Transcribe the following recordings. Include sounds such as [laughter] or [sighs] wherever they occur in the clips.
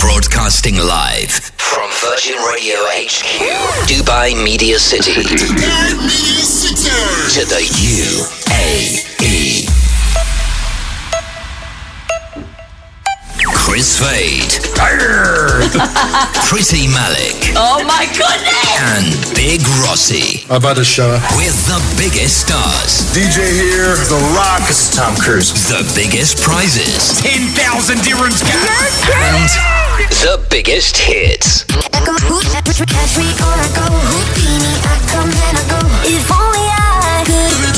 Broadcasting live from Virgin Radio HQ, Dubai Media City. To the E. UAE. Chris Fade. Pretty Malik. Oh my goodness! And Big Rossi. I've had a shower. With the biggest stars, DJ here, The Rock. This is Tom Cruise. the biggest prizes, 10,000 dirhams, guys. and the biggest hits. I go hoot, catch me or I go Houdini. I come and I go. If only I could.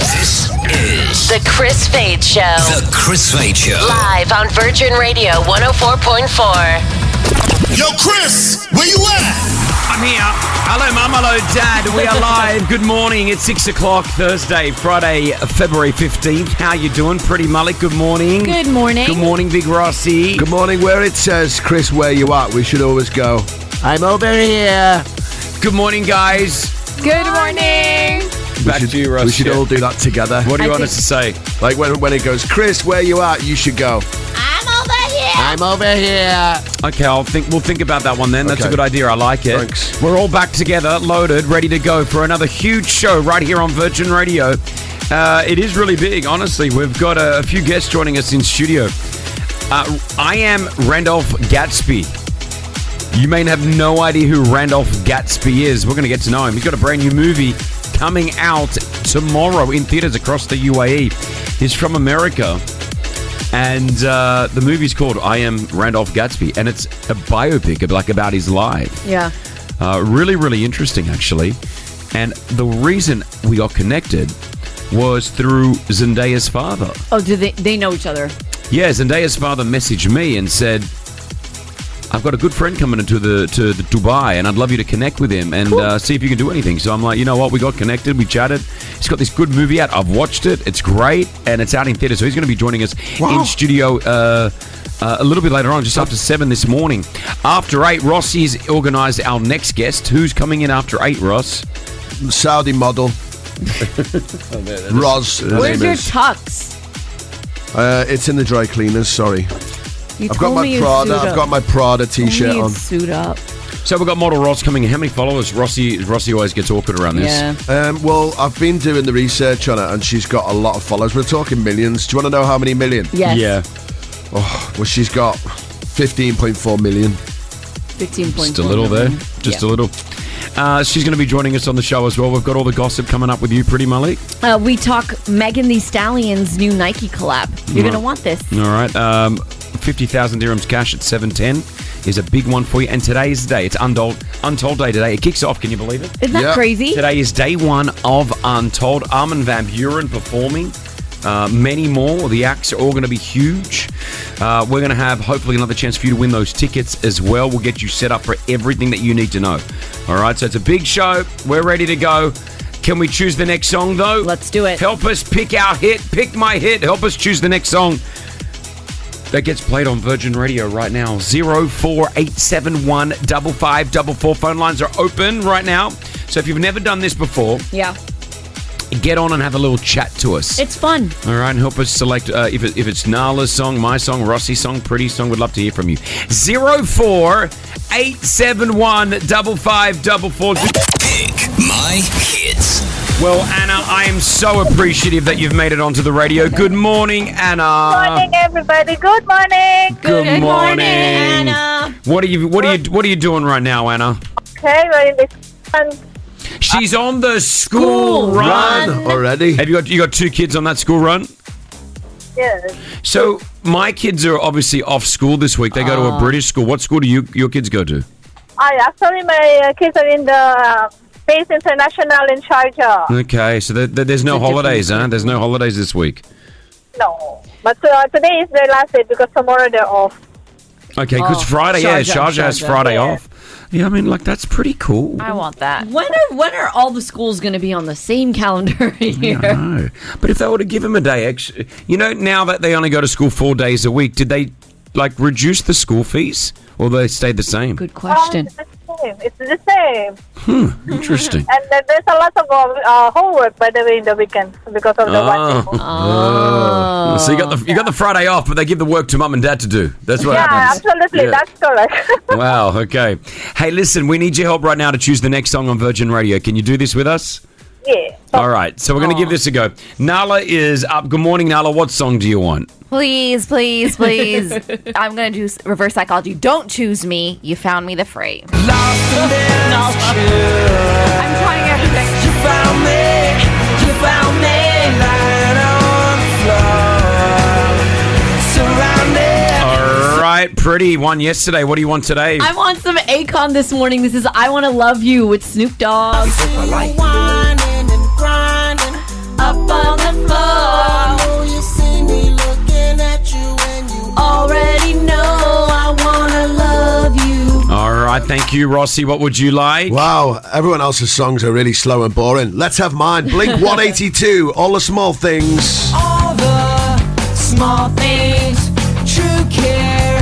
This is The Chris Fade Show. the Chris Fade Show. Live on Virgin Radio 104.4. Yo, Chris, where you at? I'm here. Hello, Mum. Hello, Dad. We are live. Good morning. It's six o'clock, Thursday, Friday, February fifteenth. How you doing, Pretty Mullet? Good morning. Good morning. Good morning, Big Rossi. Good morning. Where it says, Chris, where you at, we should always go. I'm over here. Good morning, guys. Good morning. Back should, to you, Rossi. we should all do that together. What do you I want think- us to say? Like when, when it goes, Chris, where you at, you should go. I'm over here. I'm over here. Okay, I'll think. We'll think about that one then. That's Okay. a good idea. I like it. [laughs] Thanks. We're all back together, loaded, ready to go for another huge show right here on Virgin Radio. Uh, it is really big, honestly. We've got a, a few guests joining us in studio. Uh, I am Randolph Gatsby. You may have no idea who Randolph Gatsby is. We're going to get to know him. He's got a brand new movie coming out tomorrow in theaters across the UAE. He's from America. And uh, the movie's called I Am Randolph Gatsby, and it's a biopic of, like about his life. Yeah. Uh, really, really interesting, actually. And the reason we got connected was through Zendaya's father. Oh, do they? They know each other. Yeah, Zendaya's father messaged me and said, "I've got a good friend coming into the to the Dubai, and I'd love you to connect with him and uh, see if you can do anything." So I'm like, you know what? We got connected, we chatted. He's got this good movie out. I've watched it. It's great, and it's out in theater. So he's going to be joining us in studio. Uh, uh, a little bit later on, just after seven this morning. After eight, Rossi's organised our next guest. Who's coming in after eight, Ross? Saudi [laughs] Oh, model. Roz. her Where's name your is. tux? uh, it's in the dry cleaners, sorry. You I've got told me my you'd Prada. suit I've up. got my Prada t Told me shirt you'd on. Suit up. So we've got model Ross coming in. How many followers? Rossi Rossi always gets awkward around this. Yeah. Um, well, I've been doing the research on it and she's got a lot of followers. We're talking millions. Do you want to know how many million? Oh, Yes. Yeah. Well, she's got 15.4 million. Fifteen point. Just a little there. Just a little. Uh, she's going to be joining us on the show as well. We've got all the gossip coming up with you, pretty Malik. Uh, we talk Megan the Stallion's new Nike collab. You're Mm-hmm. gonna want this. All right. Um, 50,000 dirhams cash at 710 is a big one for you. And today is the day. It's Untold, Untold Day today. It kicks off. Can you believe it? Isn't that Yeah. crazy? Today is day one of Untold. Armin Van Buren performing. Uh, many more. The acts are all going to be huge. Uh, we're going to have hopefully another chance for you to win those tickets as well. We'll get you set up for everything that you need to know. All right, so it's a big show. We're ready to go. Can we choose the next song though? Let's do it. Help us pick our hit. Pick my hit. Help us choose the next song that gets played on Virgin Radio right now. 04871 5544. Phone lines are open right now. So if you've never done this before, Yeah. get on and have a little chat to us. It's fun. All right, and help us select uh, if, it, if it's Nala's song, my song, Rossi's song, Pretty song. We'd love to hear from you. 04871 5544. Pick my hits. Well, Anna, I am so appreciative that you've made it onto the radio. Good morning, Anna. morning, everybody. Good morning. Good morning. Anna. What are you? What are you? What are you doing right now, Anna? Okay, we're in the sun. She's on the school, Uh, School run. run. Already? Have you got you got two kids on that school run? Yes. So my kids are obviously off school this week. They go Ah. to a British school. What school do you your kids go to? I actually my uh, kids are in the um, uh, Pace International in Ah. Sharjah. Okay, so there, there- there's no holidays, huh? There's no holidays this week. No, but uh, today is their last day because tomorrow they're off. Okay, because Oh, Friday, yeah, Sharjah, Sharjah has Sharjah, Friday yeah. off. Yeah, I mean, like that's pretty cool. I want that. When are when are all the schools gonna be on the same calendar [laughs] here? I know. But if they were to give them a day extra, you know, now that they only go to school four days a week, did they like reduce the school fees or they stayed the same? Good question. Um, same. It's the same. [laughs] Interesting. And then there's a lot of uh, homework, by the way, in the weekend because of the Oh. one. Oh. Ah. So you got the you got the Friday off, but they give the work to mum and dad to do. That's what yeah, happens. absolutely. Yeah. That's [laughs] correct. Wow. Okay. Hey, listen, we need your help right now to choose the next song on Virgin Radio. Can you do this with us? yeah. Oh. All right. So we're going to give this a go. Nala is up. Good morning, Nala. What song do you want? Please, please, [laughs] please. I'm going to do s- reverse psychology. Don't choose me. You found me the fray. I'm trying everything. All right. Pretty one yesterday. What do you want today? I want some Akon this morning. This is I Want to Love You with Snoop Dogg. Up on the floor. Already know I want to love you. All right. Thank you, Rossi. What would you like? Wow, everyone else's songs are really slow and boring. Let's have mine. Blink [laughs] 182, All the Small Things. All the small things, true care,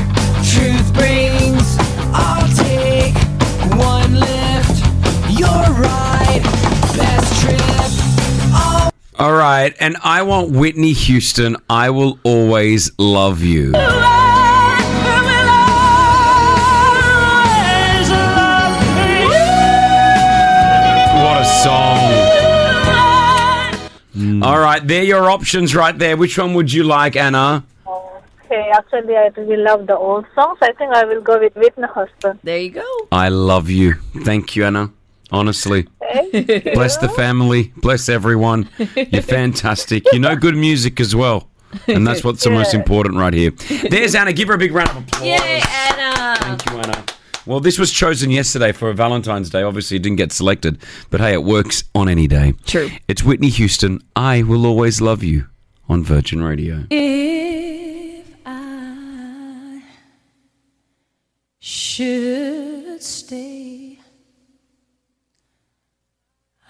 truth brings. I'll take one lift, your ride, best trip. All right. And I want Whitney Houston. I will always love you. What a song. All right. They're your options right there. Which one would you like, Anna? Okay, actually, I really love the old songs. I think I will go with Whitney Houston. There you go. I love you. Thank you, Anna. Honestly. Bless the family. Bless everyone. You're fantastic. You know good music as well. And that's what's the most important right here. There's Anna. Give her a big round of applause. Yay, Anna. Thank you, Anna. Well, this was chosen yesterday for Valentine's Day. Obviously, it didn't get selected, but hey, it works on any day. True. It's Whitney Houston. I will always love you on Virgin Radio. If I should stay,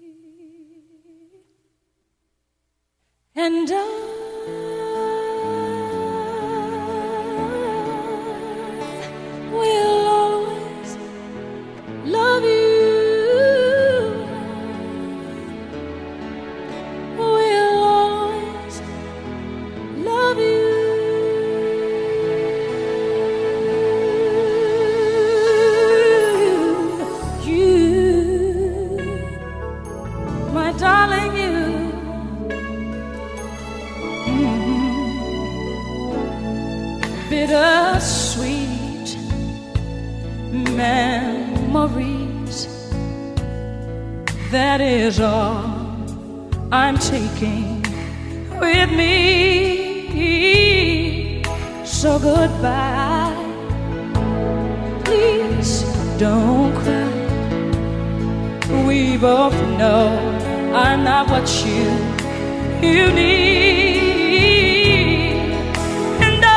way. And I will always love you. Will always love you. You, my darling, you. Mm-hmm. bittersweet memories. That is all I'm taking with me. So goodbye. Please don't cry. We both know I'm not what you you need. And I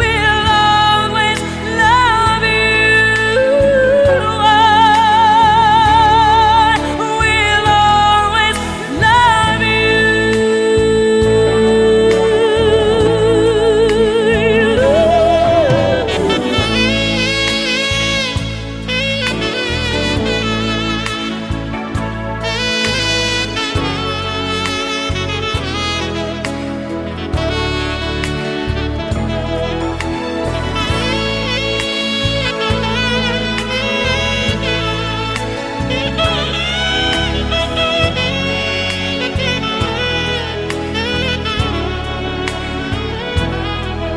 will always love you. I will always love you.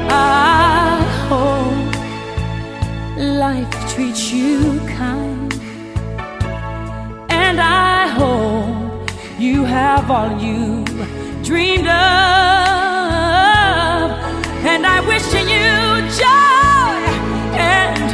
I hope life treats you kind. And I hope you have all you dreamed of. And I wish you joy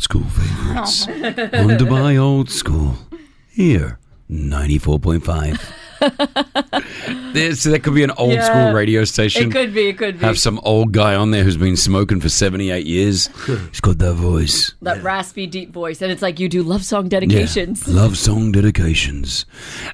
school favorites. On [laughs] Dubai Old School. Here, 94.5. This, that could be an old Yeah. school radio station. It could be. It could be. Have some old guy on there who's been smoking for 78 years. He's got that voice. that raspy, deep voice, and it's like you do love song dedications. Yeah. Love song dedications.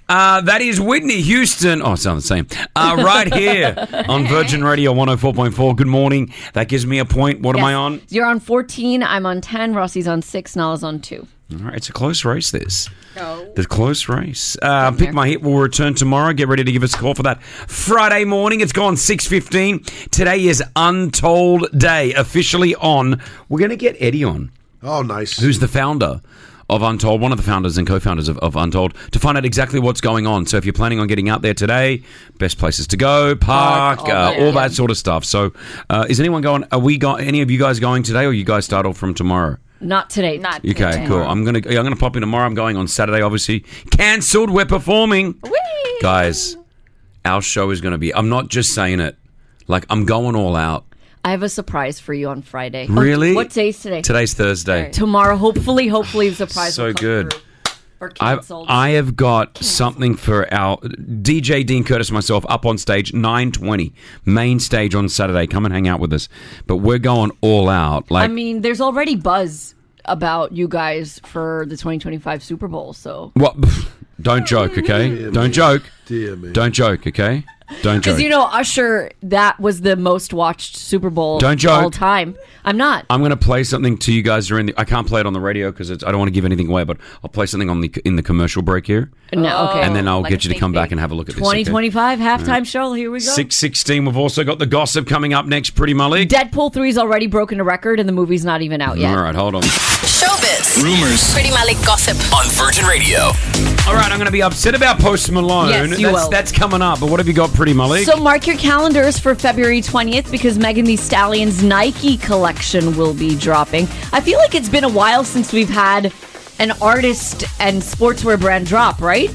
Uh, that is Whitney Houston. Oh, sound the same. Uh, right [laughs] here on Virgin Radio 104.4. Good morning. That gives me a point. What am I Yes. on? You're on 14. I'm on 10. Rossi's on six. Nala's on two. All right, it's a close race, this. The close race. Uh, pick my hit. We'll return tomorrow. Get ready to give us a call for that. Friday morning. It's gone 6.15. Today is Untold Day. Officially on. We're going to get Eddie on. Oh, nice. who's the founder of Untold, one of the founders and co-founders of, of Untold, to find out exactly what's going on. So if you're planning on getting out there today, best places to go, park, Park, all, all uh, that, all that yeah. sort of stuff. So uh, is anyone going? Are we going? Any of you guys going today, or you guys start off from tomorrow? Not today. Not Okay, cool. I'm gonna yeah, I'm gonna pop in tomorrow. I'm going on Saturday, obviously. Cancelled. We're performing, guys. Our show is gonna be. I'm not just saying it. Like I'm going all out. I have a surprise for you on Friday. Oh, Really? What day's today? Today's Thursday. Tomorrow. Hopefully, hopefully the surprise. So will come good. through. Or I've, canceled. I have got something for our DJ Dean Curtis and myself up on stage 9:20 main stage on Saturday. Come and hang out with us. But we're going all out. Like I mean, there's already buzz about you guys for the 2025 Super Bowl. So what? [laughs] Don't joke, okay? Don't joke. Dear me. Don't joke, okay? [laughs] Don't joke. because you know Usher, that was the most watched Super Bowl Don't of all joke. time. I'm not. I'm gonna play something to you guys during the. I can't play it on the radio because I don't want to give anything away. But I'll play something on the in the commercial break here, no. Oh. Okay. and then I'll like get a you to sneak come back peek. and have a look at this. okay? 2025 halftime show. Here we go. 616. We've also got the gossip coming up next. Pretty Malik. Deadpool 3's already broken a record, and the movie's not even out yet. All right, hold on. Showbiz. Rumors Pretty Malik gossip. On Virgin Radio. All right, I'm going to be upset about Post Malone. Yes, you that's, will. that's coming up. But what have you got, Pretty Molly? So mark your calendars for February 20th because Megan Thee Stallion's Nike collection will be dropping. I feel like it's been a while since we've had an artist and sportswear brand drop, right?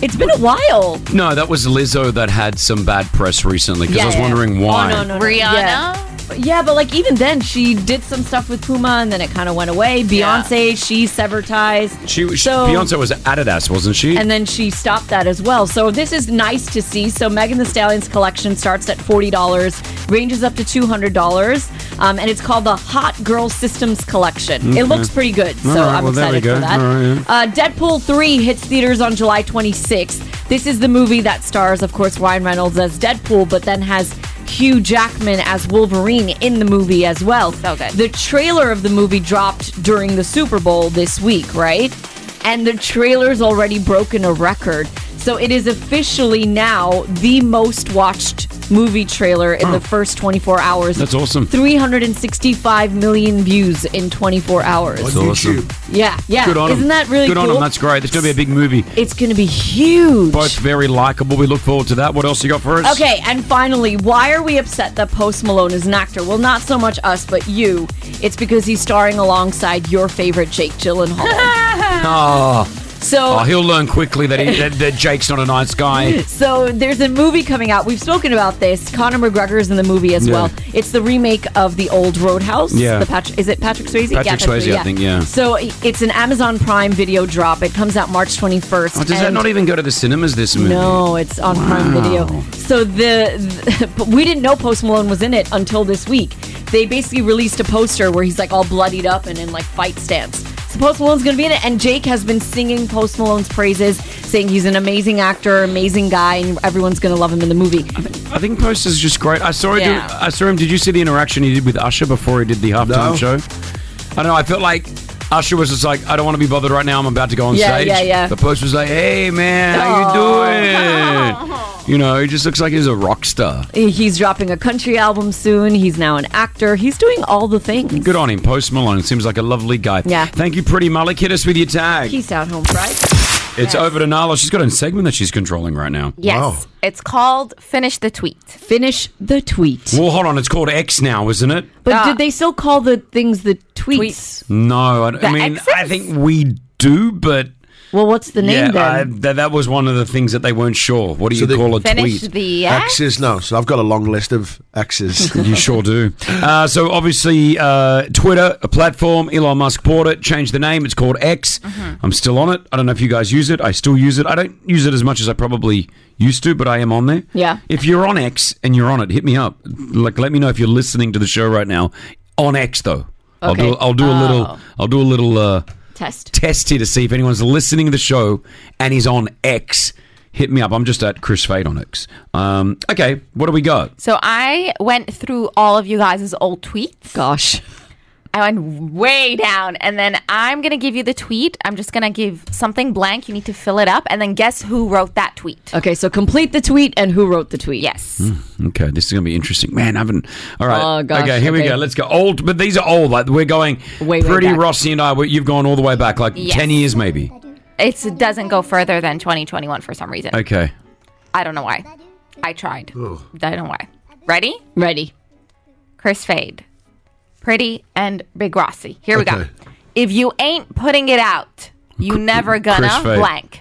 It's been a while. no, that was Lizzo that had some bad press recently because I was Yeah. wondering why. Oh, no, no, no. Rihanna. Yeah. But yeah, but like even then, she did some stuff with Puma, and then it kind of went away. Beyonce, she severed ties. She, was So- Beyonce was Adidas, wasn't she? and then she stopped that as well. So this is nice to see. So Megan the Stallion's collection starts at forty dollars, ranges up to two hundred dollars, um, and it's called the Hot Girl Systems Collection. It looks pretty good, so All right, I'm well, there we go. excited for that. All right, yeah. Uh, Deadpool 3 hits theaters on July 26th. This is the movie that stars, of course, Ryan Reynolds as Deadpool, but then has Hugh Jackman as Wolverine in the movie as well. So good. The trailer of the movie dropped during the Super Bowl this week, right? And the trailer's already broken a record. So it is officially now the most watched movie trailer in the first 24 hours. That's awesome. 365 million views in 24 hours. On That's awesome. YouTube. Yeah, yeah. Good on 'em. Isn't that really Good cool? on him. That's great. It's going to be a big movie. It's going to be huge. Both very likable. We look forward to that. What else you got for us? Okay, and finally, why are we upset that Post Malone is an actor? Well, not so much us, but you. It's because he's starring alongside your favorite Jake Gyllenhaal. [laughs] [laughs] Oh, so oh, he'll learn quickly that, he, that, that Jake's not a nice [laughs] guy. So there's a movie coming out. We've spoken about this. Conor McGregor's in the movie as Yeah. well. It's the remake of the old Roadhouse. Yeah. The Patrick, is it Patrick Swayze? Patrick Swayze, I think, yeah. So it's an Amazon Prime video drop. It comes out March 21st. Oh, does that and- not even go to the cinemas, this movie? No, it's on Prime Video. So the, the [laughs] but we didn't know Post Malone was in it until this week. They basically released a poster where he's like all bloodied up and in like fight stance. So Post Malone's gonna be in it, and Jake has been singing Post Malone's praises, saying he's an amazing actor, amazing guy, and everyone's gonna love him in the movie. I think Post is just great. I saw, him. Yeah. I saw him. Did you see the interaction he did with Usher before he did the halftime No. show? I don't know. I felt like Usher was just like, I don't want to be bothered right now. I'm about to go on Yeah, stage. yeah, yeah. But Post was like, Hey man, how [laughs] you doing? you know, he just looks like he's a rock star. He's dropping a country album soon. He's now an actor. He's doing all the things. Good on him, Post Malone. Seems like a lovely guy. Yeah. Thank you, Pretty Malik. Hit us with your tag. Peace out, home fried. it's over to Nala. She's got a segment that she's controlling right now. Yes. Wow. It's called Finish the Tweet. Finish the tweet. Well, hold on. It's called X now, isn't it? But Uh, did they still call the things the Ah. tweets? No, I, I The mean, X's? I think we do, but Well, what's the name yeah, then? I, th- that was one of the things that they weren't sure. What do you call a Finish tweet? the Exes, no. So I've got a long list of [laughs] exes. you sure do. Uh, so obviously, uh, Twitter, a platform. Elon Musk bought it, changed the name. It's called X. Mm-hmm. am still on it. I don't know if you guys use it. I still use it. I don't use it as much as I probably used to, but I am on there. Yeah. If you're on X and you're on it, hit me up. Like, let me know if you're listening to the show right now on X though. I'll do. Okay. I'll do a Oh. little. I'll do a little uh, Test. test here to see if anyone's listening to the show and he's on X. Hit me up. I'm just at Chris Fade on X. Um, okay, what do we got? So I went through all of you guys' old tweets. Gosh. I went way down. And then I'm going to give you the tweet. I'm just going to give something blank. You need to fill it up. And then guess who wrote that tweet. Okay, so complete the tweet and who wrote the tweet. Yes. Hmm, Okay, this is gonna be interesting, man. I haven't. All right. Oh, gosh, okay, here we okay. go. Let's go. Old, but these are old. Like we're going Way, way pretty. back. Rossi and I, we- you've gone all the way back, like Yes. ten years maybe. It's, it doesn't go further than 2021 for some reason. Okay. I don't know why. I tried. I don't know why. Ready? Ready. Chris Fade, Pretty, and Big Rossi. Here we go. Okay. If you ain't putting it out, you never gonna Chris Fade. blank.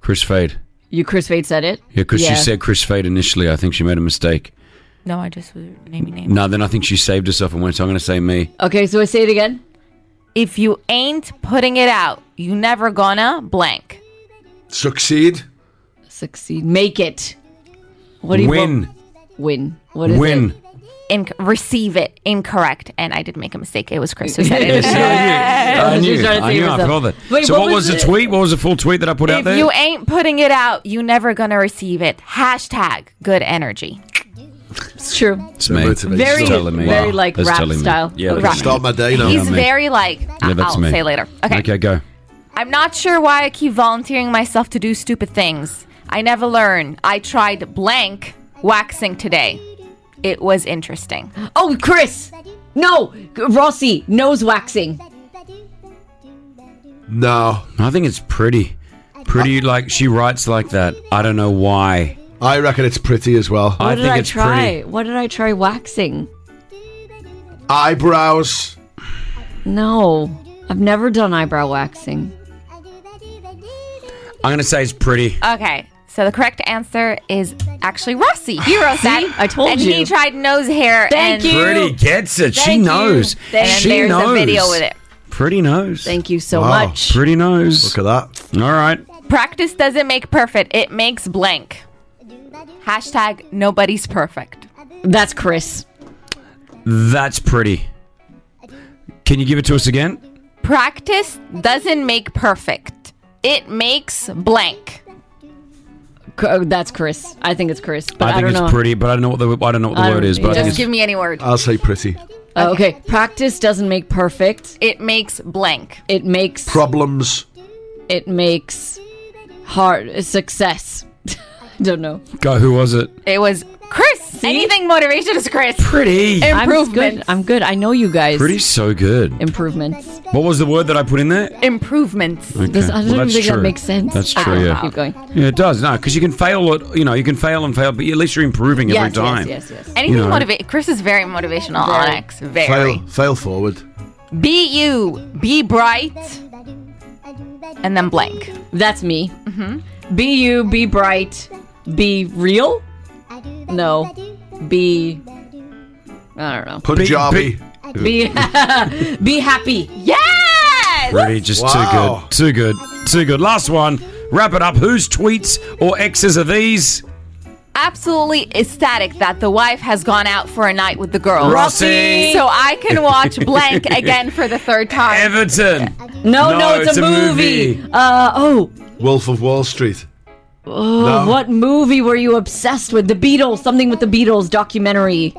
Chris Fade. You, Chris Fade said it? Yeah, because she said Chris Fade initially. I think she made a mistake. No, I just was naming names. No, then I think she saved herself and went. So I'm gonna say me. Okay, so I say it again. If you ain't putting it out, you never gonna blank. Succeed. Succeed. Make it. What do you Win. what- win. What is Win. it? Inc- receive it incorrect, and I did make a mistake. It was [laughs] Chris who said it. [laughs] Yes, I She knew. I knew. was trying to I, save knew. I herself. forgot that. Wait, so what, was, the it? tweet? What was the full tweet that I put out there? If you ain't putting it out, you never gonna receive it. Hashtag good energy. It's true. It's me. Motivation. Very, That's telling me. very Wow. like That's rap telling me. style. Yeah, that's Rap. me. Start my day now. He's me. very like. Yeah, that's I'll me. say later. Okay, go. I'm not sure why I keep volunteering myself to do stupid things. I never learn. I tried blank waxing today. It was interesting. Oh, Chris. No, Rossi. Nose waxing. No. I think it's pretty. Pretty like she writes like that. I don't know why. I reckon it's pretty as well. What I did think I it's try? pretty. What did I try waxing? Eyebrows. No, I've never done eyebrow waxing. I'm gonna say it's pretty. Okay, so the correct answer is actually Rossi. He [laughs] wrote that. I told and you. he tried nose hair. and Thank you. Pretty gets it. she Thank you. knows. Thank And she there's knows. a video with it. Pretty knows. Thank you so Wow. much. Pretty knows. Look at that. All right. Practice doesn't make perfect. It makes blank. Hashtag nobody's perfect. That's Chris. That's pretty. Can you give it to us again? Practice doesn't make perfect. It makes blank. C- uh, That's Chris. I think it's Chris, but I, think don't it's know. pretty, but I don't know what the I don't know what I the don't word is. know. But I think Just it's, give me any word. I'll say pretty. Oh, okay. Practice doesn't make perfect. It makes blank. It makes Problems. it makes hard uh, success. [laughs] I don't know. go. Who was it? It was Chris. Anything motivation is Chris. Pretty. I'm good. Improvements. I'm good. I know you guys. Pretty so good. improvements. What was the word that I put in there? Improvements. Okay. This, I Well, don't even that's think true. that makes sense. That's I true. don't know. Yeah. Keep going. Yeah, it does. No, because you can fail it. You know, you can fail and fail, but at least you're improving every Yes, time. yes, yes, yes. Anything You know. motivate. Chris is very motivational on X. Very. Fail, fail forward. Be you. Be bright. And then blank. Hmm? That's me. Mm-hmm. Be you. Be bright. Be real. No. Be. I don't know. Punjabi. Be be [laughs] happy. Yes. Pretty, just Wow. too good, too good, too good. Last one. Wrap it up. Whose tweets or X's are these? Absolutely ecstatic that the wife has gone out for a night with the girls. Rossi. So I can watch blank again for the third time. Everton. No, no, it's, a, movie. Uh oh. Wolf of Wall Street. Oh, No. what movie were you obsessed with? The Beatles, something with the Beatles documentary.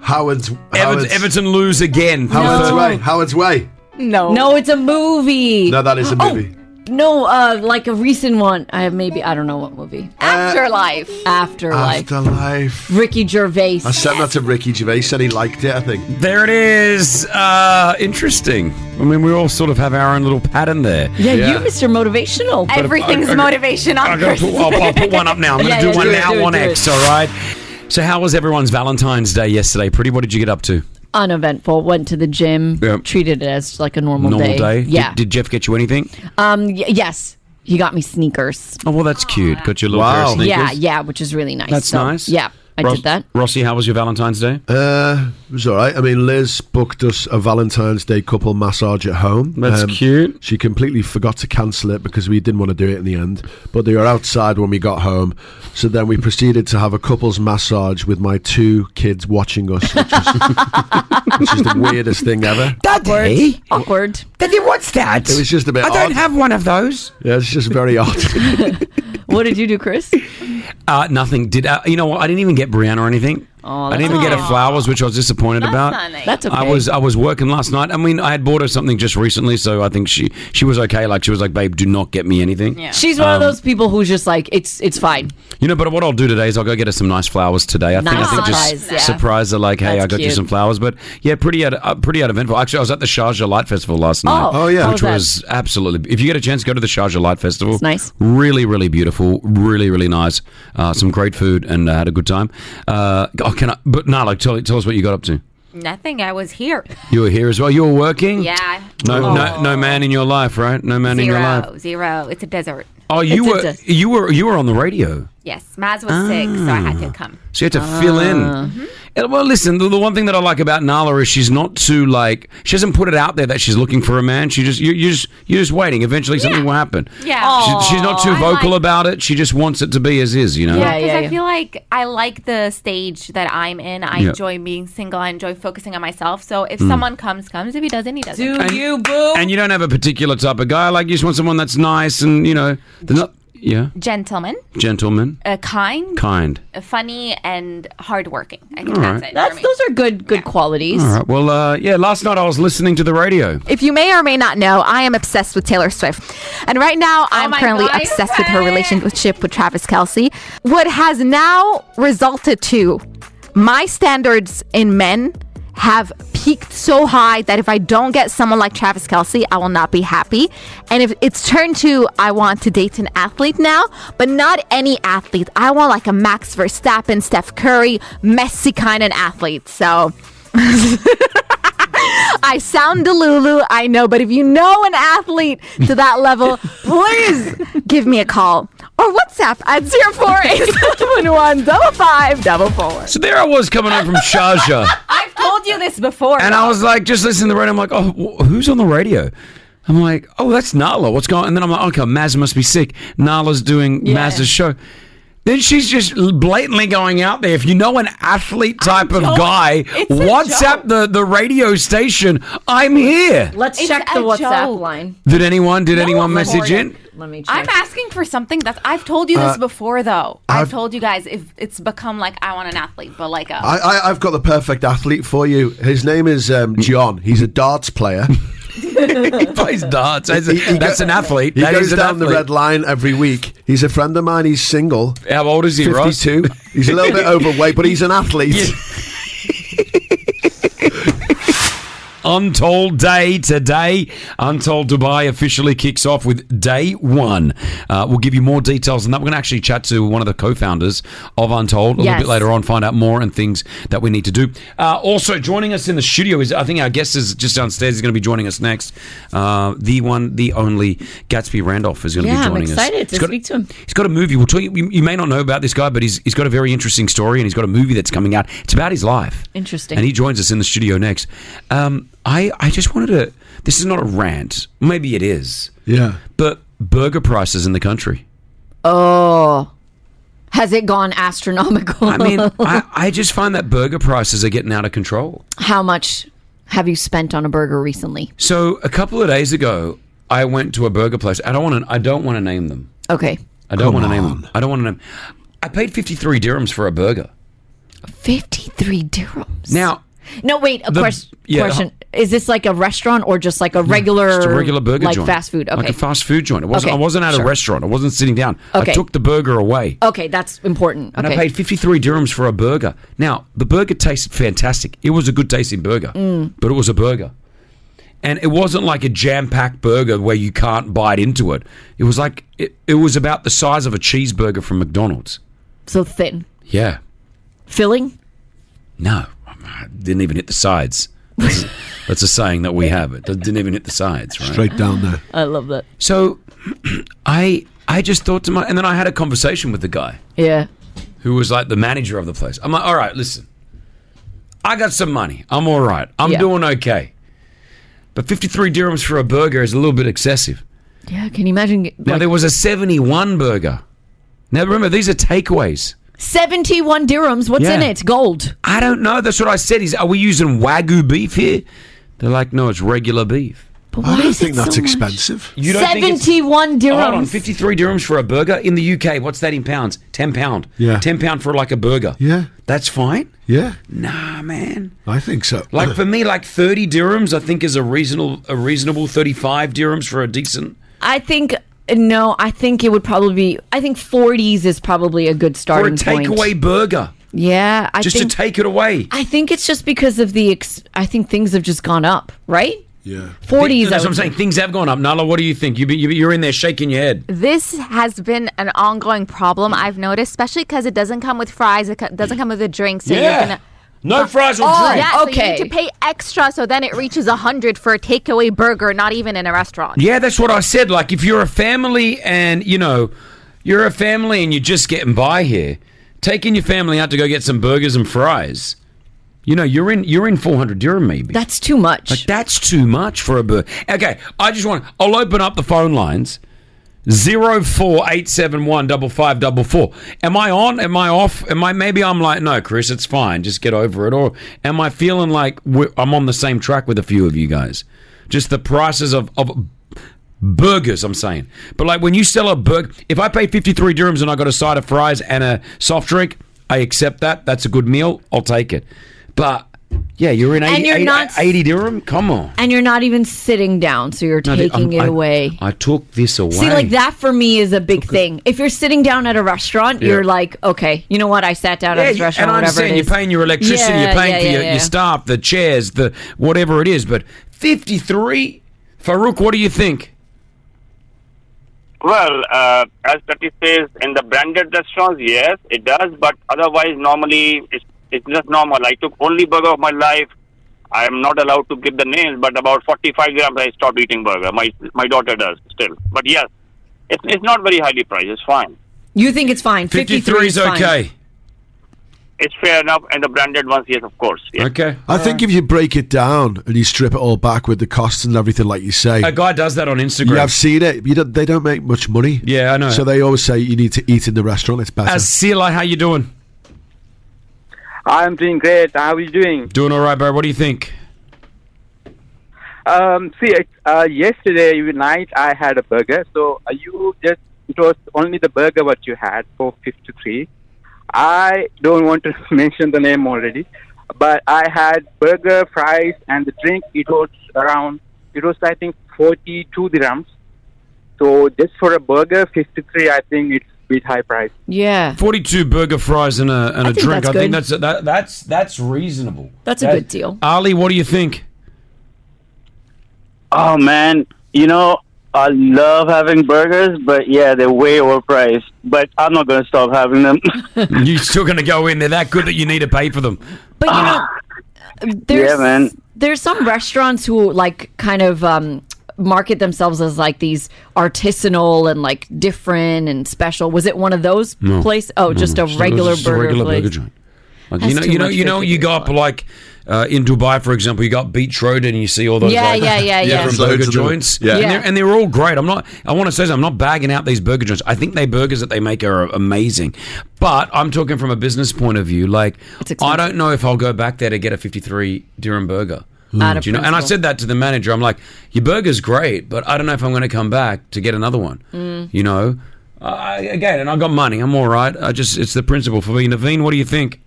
Howard's. Ever- Howard's, Everton lose again. Howard's No. Way. Howard's Way. no. No, it's a movie. No, that is a Oh, movie. No, uh, like a recent one. I maybe I don't know what movie. Afterlife. Afterlife. Afterlife. Ricky Gervais. I sent that to Ricky Gervais and he liked it, I think. There it is. Uh, interesting. I mean, we all sort of have our own little pattern there. yeah, Yeah. you, Mr. Motivational. Everything's Okay. motivation on I'm gonna Chris. put, I'll, I'll put one up now. I'm going to [laughs] Yeah, do yeah, one do it, now, do it, one do X, it. all right? So, how was everyone's Valentine's Day yesterday? Pretty, what did you get up to? uneventful. Went to the gym. Yeah. Treated it as like a normal, Normal day. Did- Yeah. Did, Jeff get you anything? um. Y- yes, he got me sneakers. Oh well, that's cute. Got you a little pair of sneakers. Yeah, yeah, which is really nice. That's So, nice. Yeah, I Ros- did that. Rossi, how was your Valentine's Day? Uh, it was all right. I mean, Liz booked us a Valentine's Day couple massage at home. Um, That's cute. She completely forgot to cancel it because we didn't want to do it in the end. But they were outside when we got home. So then we proceeded to have a couple's massage with my two kids watching us, which is, [laughs] which is the weirdest thing ever. Awkward. Awkward. Daddy, what's that? It was just a bit I don't odd. have one of those. Yeah, it's just very [laughs] odd. What did you do, Chris? [laughs] Uh, nothing. Did uh, you know what? I didn't even get Brianna or anything. Oh, I didn't that's even get her nice. flowers, which I was disappointed about. That's okay. I was I was working last night. I mean, I had bought her something just recently, so I think she she was okay. Like she was like, "Babe, do not get me anything." She's one Um, of those people who's just like it's it's fine. You know, but what I'll do today is I'll go get her some nice flowers today. I think Nice I think surprise, just yeah. surprise her like, "Hey, That's I got you cute. some flowers." But yeah, pretty out, uh, pretty out eventful. Actually, I was at the Sharjah Light Festival last night. Oh, Oh, yeah. how which was was that? absolutely. If you get a chance, go to the Sharjah Light Festival. It's nice. Really, really beautiful. Really, really nice. Uh, some great food and uh, had a good time. Uh, oh, can I? But no, like tell tell us what you got up to. Nothing. I was [laughs] here. You were here as well. You were working. Yeah. No, Oh. no, no man in your life, right? No man in your life. Zero. Zero. It's a desert. Oh, you It's a were dis- you were you were on the radio. Yes. Maz was sick, so I had to come. Ah. Ah. So you had to fill in. And, Well, listen, the, the one thing that I like about Nala is she's not too like she hasn't put it out there that she's looking for a man. She just you you're just you're just waiting. Eventually something will happen. Yeah. She, she's not too I vocal like- about it. She just wants it to be as is, you know. Yeah, because yeah, I yeah. feel like I like the stage that I'm in. I Yeah. Hmm. enjoy being single. I enjoy focusing on myself. So if someone comes, comes. If he doesn't, he doesn't. Do you boo? And you don't have a particular type of guy. Like you just want someone that's nice and you know, they're not yeah, Gentleman, gentleman, uh, kind, kind. uh, funny, and hardworking. I think All that's right. it. That's for me. those are good good qualities. All right. Well, uh, yeah. Last night I was listening to the radio. If you may or may not know, I am obsessed with Taylor Swift. And right now, I'm my currently God, obsessed with you're her right. relationship with Travis Kelsey. What has now resulted to my standards in men have peaked so high that if I don't get someone like Travis Kelsey, I will not be happy. And if it's turned to I want to date an athlete now, but not any athlete. I want like a Max Verstappen, Steph Curry, Messi kind of athlete. So I sound Delulu, I know, but if you know an athlete to that level, please give me a call or WhatsApp at 04871 So there I was coming home from Sharjah. I've told you this before. And I was like, just listening to the radio. I'm like, oh, wh- who's on the radio? I'm like, oh, that's Nala. What's going on? And then I'm like, okay, Maz must be sick. Nala's doing Maz's show. Then she's just blatantly going out there. If you know an athlete type of joking. guy, It's a WhatsApp joke. the, the radio station. I'm here. Let's It's check the a WhatsApp joke. line. Did anyone? Did anyone message in? [laughs] Let me check. I'm asking for something that's I've told you Uh, this before though. I've, told you guys if it's become like I want an athlete, but like a I, I, I've got the perfect athlete for you. His name is um, John. He's a darts player. He plays darts. That's, He- he that's go- an athlete. He That goes is an down the athlete. red line every week. He's a friend of mine. He's single. How old is he, Ross? 52. He's a little [laughs] bit overweight, but he's an athlete. Untold Day today. Untold Dubai officially kicks off with day one. Uh, we'll give you more details on that. We're going to actually chat to one of the co founders of Untold a Yes. little bit later on, find out more and things that we need to do. Uh, also, joining us in the studio is, I think our guest is just downstairs, is going to be joining us next. Uh, the one, the only Gatsby Randolph is going to Yeah, be I'm joining us. excited to He's got- speak to him. He's got a movie. We'll tell you, you, you may not know about this guy, but he's, he's got a very interesting story and he's got a movie that's coming out. It's about his life. Interesting. And he joins us in the studio next. Um, I, I just wanted to, this is not a rant. Maybe it is. yeah. But burger prices in the country. oh, has it gone astronomical? I [laughs] mean, I, I just find that burger prices are getting out of control. how much have you spent on a burger recently? So a couple of days ago, I went to a burger place. I don't want to, I don't want to name them. Okay, I don't want to name them. I don't want to name. I paid 53 dirhams for a burger. fifty-three dirhams. Now, no, wait. A The- question. yeah, uh-huh. Hmm. question. Is this like a restaurant or just like a regular, Just a regular burger Er, like joint, fast food? Okay, like a fast food joint. It wasn't, Okay, I wasn't at sure. a restaurant. I wasn't sitting down. Okay. I took the burger away, okay, that's important. and okay, I paid fifty three dirhams for a burger. Now the burger tasted fantastic. It was a good tasting burger, but it was a burger, and it wasn't like a jam packed burger where you can't bite into it. It was like it, it was about the size of a cheeseburger from McDonald's. so thin Yeah, filling. no, I mean, didn't even hit the sides. That's, that's a saying that we have. It didn't even hit the sides, right? Straight down there. I love that. So [clears throat] I I just thought to my and then I had a conversation with the guy Yeah. who was like the manager of the place. I'm like, all right, listen, I got some money. I'm all right. I'm Yeah. doing okay. But 53 dirhams for a burger is a little bit excessive. Yeah. Can you imagine? Now there was a 71 burger. Now remember, these are takeaways. 71 dirhams. What's in Yeah. it? Gold. I don't know. That's what I said. Is are we using wagyu beef here? They're like, no, it's regular beef. But why I don't is think it that's so much? expensive. You don't think it's- 71 Oh, hold on, dirhams. fifty-three dirhams for a burger in the UK. What's that in pounds? Ten pound. Yeah. Ten pound for like a burger. Yeah. That's fine. Yeah. Nah, man. I think so. Like for me, like thirty dirhams, I think is a reasonable, a reasonable thirty-five dirhams for a decent. I think, no, I think it would probably be, I think 40s is probably a good For a starting point. takeaway burger, Yeah. I just think, to take it away. I think it's just because of the, ex- I think things have just gone up, right? Yeah. 40s, I That's what I'm would saying. Things have gone up. Nala, what do you think? You be, you be- you're in there shaking your head. This has been an ongoing problem I've noticed, especially because it doesn't come with fries. It co- doesn't come with a drink, so Yeah. you're gonna. No fries or Oh, drink. yeah, so you Okay. need to pay extra, so then it reaches a hundred for a takeaway burger, not even in a restaurant. Yeah, that's what I said. Like, if you're a family and, you know, you're a family and you're just getting by here, taking your family out to go get some burgers and fries, you know, you're in you're in 400 dirham maybe. That's too much. Like, that's too much for a burger. Okay, I just want, I'll open up the phone lines. Zero four eight seven one double five double four. Am I on? Am I off? Am I? Maybe I'm like, no, Chris, it's fine. Just get over it. Or am I feeling like we're, I'm on the same track with a few of you guys? Just the prices of, of burgers. I'm saying, but like when you sell a burger, if I pay fifty three dirhams and I got a side of fries and a soft drink, I accept that. That's a good meal. I'll take it. But yeah, you're in 80, And you're eight- not- 80 dirham. Come on, And you're not even sitting down, so you're No, dude, taking I'm- it I- away. I took this away. See, like that for me is a big thing. If you're sitting down at a restaurant, Yeah. you're like, okay, you know what? I sat down at this you- restaurant, and I whatever understand it is. you're paying your electricity, Yeah, you're paying yeah, for yeah, your, yeah. your staff, the chairs, the whatever it is. But 53, Farouk, what do you think? Well, uh, as Patty says, in the branded restaurants, yes, it does. But otherwise, normally, it's, it's just normal. I took only burger of my life. I am not allowed to give the names, but about 45 grams, I stopped eating burger. My my daughter does still. But yes, it's, it's not very highly priced. It's fine. You think it's fine. 53, is fine. It's fair enough. And the branded ones, yes, of course. Yes. Okay. I think if you break it down and you strip it all back with the costs and everything, like you say, A guy does that on Instagram. yeah, I've seen it. You don't, they don't make much money. Yeah, I know. So they always say you need to eat in the restaurant. It's better. Asila, how you doing? I'm doing great. How are you doing? Doing all right, bro. What do you think? Um, see, it- uh, yesterday night I had a burger. So uh, you just it was only the burger what you had for fifty three. I don't want to [laughs] mention the name already, but I had burger, fries, and the drink. It was around. It was I think forty two dirhams. So just for a burger, fifty three. I think it's a bit high price. Yeah. 42 burger fries and a, and a think drink. that's I think good. that's, that, that's, that's reasonable. That's a That- good deal. Ali, what do you think? [laughs] Oh man, you know I love having burgers, but yeah, they're way overpriced. But I'm not gonna stop having them. [laughs] You're still going to go in. They're that good that you need to pay for them. But you know, there's, Yeah, man. there's some restaurants who like kind of um, market themselves as like these artisanal and like different and special. Was it one of those No. place? Oh, No, just no, a regular just a burger regular place. burger joint. Like, That's you know, too you know, much you know, you go up like uh, in Dubai, for example, you got Beach Road, and you see all those Yeah, like, yeah, yeah, yeah. different Loads burger of them. joints. Yeah. And, Yeah. they're, and they're all great. I'm not. I want to say, something. I'm not bagging out these burger joints. I think they burgers that they make are amazing, but I'm talking from a business point of view. Like, I don't know if I'll go back there to get a 53 dirham burger. Hmm. Out of Do you know? And I principle. said that to the manager. I'm like, your burger's great, but I don't know if I'm going to come back to get another one. Mm. You know, I, again, and I got money. I'm all right. I just it's the principle for me. Naveen, what do you think?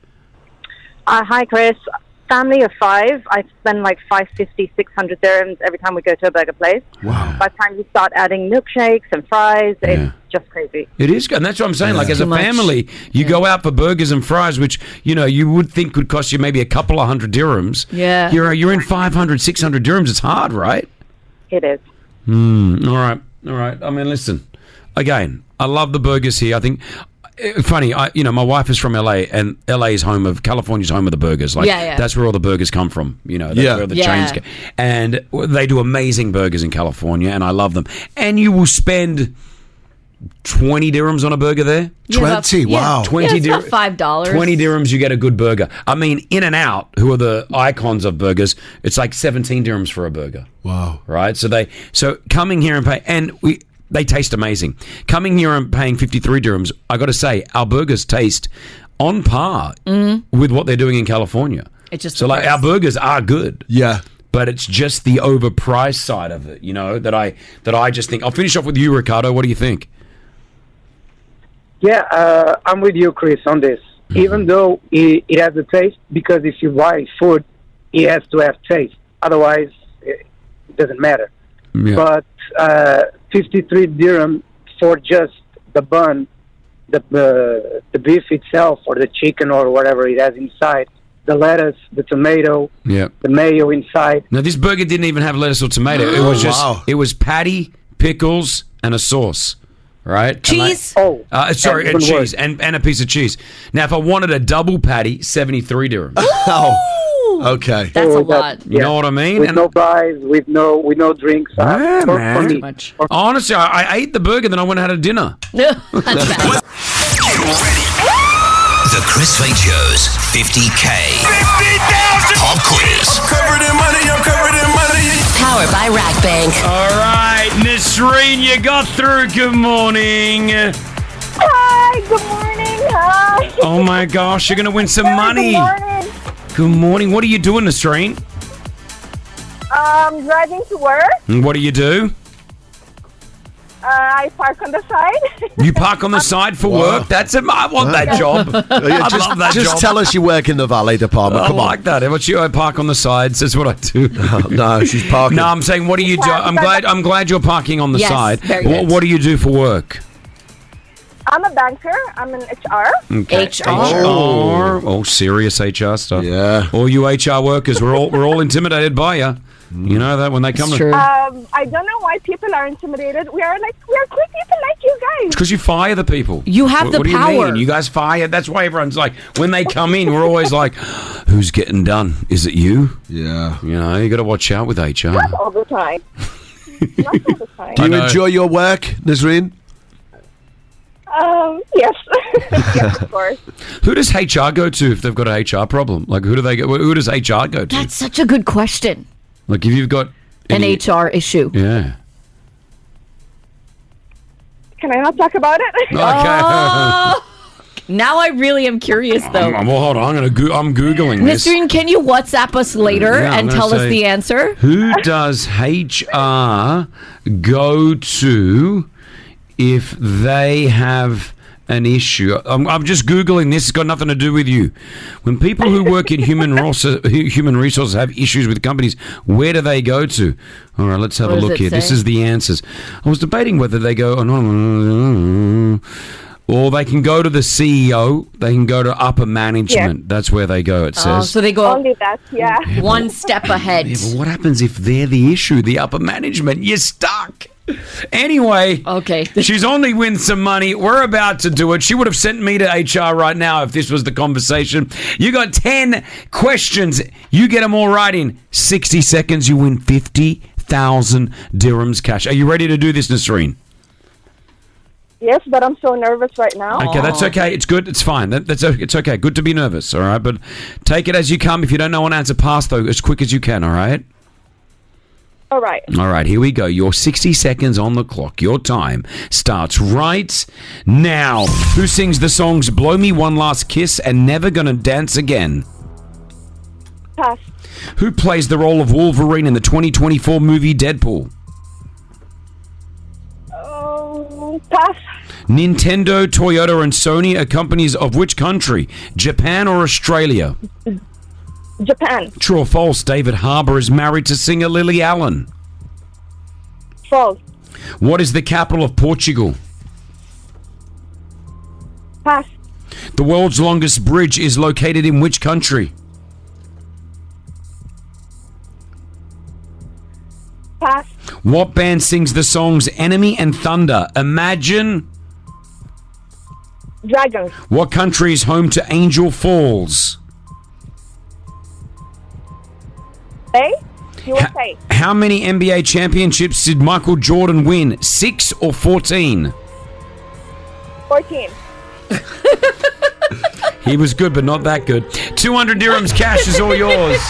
Uh, hi, Chris. Family of five. I spend like 550, 600 dirhams every time we go to a burger place. Wow. By the time you start adding milkshakes and fries, it's just crazy. It is, good. and that's what I'm saying. Like Yeah. as a Too much. family, you go out for burgers and fries, which you know you would think could cost you maybe a couple of hundred dirhams. Yeah. you're you're in 500, 600 dirhams. It's hard, right? It is. Hmm. all right, all right. I mean, listen. Again, I love the burgers here. I think uh, funny, I, you know, my wife is from LA, and LA is home of California's home of the burgers. Like, Yeah, yeah. that's where all the burgers come from. You know, that's Yeah. where the Yeah. chains. Get. And they do amazing burgers in California, and I love them. And you will spend twenty dirhams on a burger there. Yeah, about- yeah. twenty yeah, it's about dirhams. five dollars. 20 dirhams, you get a good burger. I mean, In and Out, who are the icons of burgers, it's like 17 dirhams for a burger. Wow. Right? So they so coming here and pay and we they taste amazing. Coming here and paying 53 dirhams, I got to say our burgers taste on par Mhm. with what they're doing in California. It's just So the like price. our burgers are good. Yeah. But it's just the overpriced side of it, you know, that I that I just think. I'll finish off with you, Ricardo. What do you think? Yeah, uh, I'm with you, Chris, on this. Mm-hmm. Even though it, it has a taste, because if you buy food, it has to have taste. Otherwise, it it doesn't matter. But uh, 53 dirham for just the bun, the uh, the beef itself, or the chicken, or whatever it has inside, the lettuce, the tomato, Yeah. the mayo inside. Now this burger didn't even have lettuce or tomato. It was [gasps] Oh, just wow. it was patty, pickles, and a sauce. Right? Cheese? oh, uh, sorry, That's and even cheese and, and a piece of cheese. Now, if I wanted a double patty, seventy three dirhams. oh, okay, That's a lot. You know what I mean? With And- no fries, with no with no drinks. Uh, for- for man. me. Honestly, I, I ate the burger, then I went and had a dinner. The Chris Fade Show's 50K Pop Quiz. Covered in money, I'm covered in money. Powered by Rack Bank. All right, Nisreen, you got through. Good morning. Hi, good morning. Hi. Oh my gosh, you're gonna win some money. Good morning. Good morning. What are you doing, Nisreen? Um, driving to work. And What do you do? Uh, I park on the side. [laughs] You park on the side for work. That's a, I want that Wow. job. [laughs] Yeah, I just love that just job. tell us you work in the valet department. I Come on. Oh, like that. How about you? I park on the sides. That's what I [laughs] do. No, she's parking. No, I'm saying, what do you do? I'm glad. I'm glad you're parking on the Yes, side. very What, good. what do you do for work? I'm a banker. I'm an HR. Oh. oh, serious HR stuff. Yeah. All you HR workers, we're all we're all intimidated by you. You know that when they come. Um, I don't know why people are intimidated. We are like we are good people like you guys. Because you fire the people. You have Wh- the what do you power. mean? You guys fire. That's why everyone's like, when they come in, we're always like, [gasps] who's getting done? Is it you? Yeah. You know, you got to watch out with HR. Not all the time. Not all the time. Do you I know. enjoy your work, Nazreen? Um, yes. [laughs] yes, of course. [laughs] Who does HR go to if they've got an HR problem? Like, who do they go? Who does HR go to? That's such a good question. like, if you've got An any- HR issue. yeah. Can I not talk about it? Okay. [laughs] Oh, now I really am curious though. Oh. I'm- I'm- well, hold on. I'm gonna. Go- I'm googling this. Mr. Ian, can you WhatsApp us later Yeah, I'm and gonna tell us say- the answer? Who does HR go to if they have an issue? I'm, I'm just googling this. It's got nothing to do with you. When people who work in [laughs] human resources, human resources have issues with companies, where do they go to? All right, let's have What a does look it here. This say? is the answers. I was debating whether they go. Oh, no, no, no, no, no. Or they can go to the CEO. They can go to upper management. That's where they go. It says. Oh, so they go only that, yeah. One step ahead. Yeah, but what happens if they're the issue, the upper management? You're stuck. Anyway, okay. She's only win some money. We're about to do it. She would have sent me to HR right now if this was the conversation. You got ten questions. You get them all right in sixty seconds. You win fifty thousand dirhams cash. Are you ready to do this, Nasreen? Yes, but I'm so nervous right now. Okay, that's okay. It's good. It's fine. That, that's o- it's okay. Good to be nervous. All right, but take it as you come. If you don't know an answer, pass though as quick as you can. All right. All right. All right, here we go. Your 60 seconds on the clock. Your time starts right now. Who sings the songs Blow Me One Last Kiss and Never Gonna Dance Again? Pass. Who plays the role of Wolverine in the 2024 movie Deadpool? Um, pass. Nintendo, Toyota, and Sony are companies of which country? Japan or Australia? Japan. True or false, David Harbour is married to singer Lily Allen. False. What is the capital of Portugal? Pass. The world's longest bridge is located in which country? Pass. What band sings the songs Enemy and Thunder? Imagine. Dragons. What country is home to Angel Falls? Eh? USA. How many NBA championships did Michael Jordan win? Six or 14? 14. He was good, but not that good. 200 dirhams cash is all yours.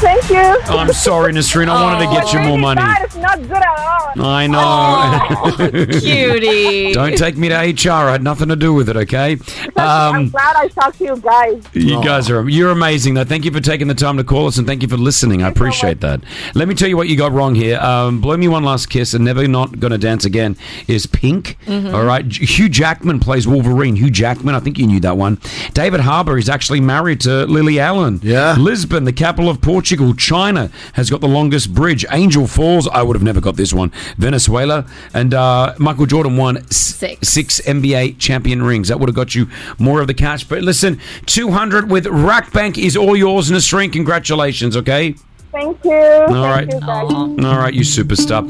Thank you. I'm sorry, Nasreen. I Oh, wanted to get you more money. That is not good at all. I know. [laughs] cutie. Don't take me to HR. I had nothing to do with it, okay? I'm Um, glad I talked to you guys. you guys are you're amazing though. Thank you for taking the time to call us and thank you for listening. I appreciate that. Let me tell you what you got wrong here. Um, Blow me one last kiss and never not gonna dance again is Pink. Mhm. Mm-hmm. All right, J- Hugh Jackman plays Wolverine. Hugh Jackman, I think you knew that one. David Harbour is actually married to Lily Allen. Yeah. Lisbon, the capital of Portugal. China has got the longest bridge. Angel Falls, I would have never got this one. Venezuela and uh, Michael Jordan won six. six NBA champion rings. That would have got you more of the cash. But listen, two hundred with Rack Bank is all yours, Nasreen. Congratulations. Okay. Thank you. All right. Thank you, guys. All right, you superstar.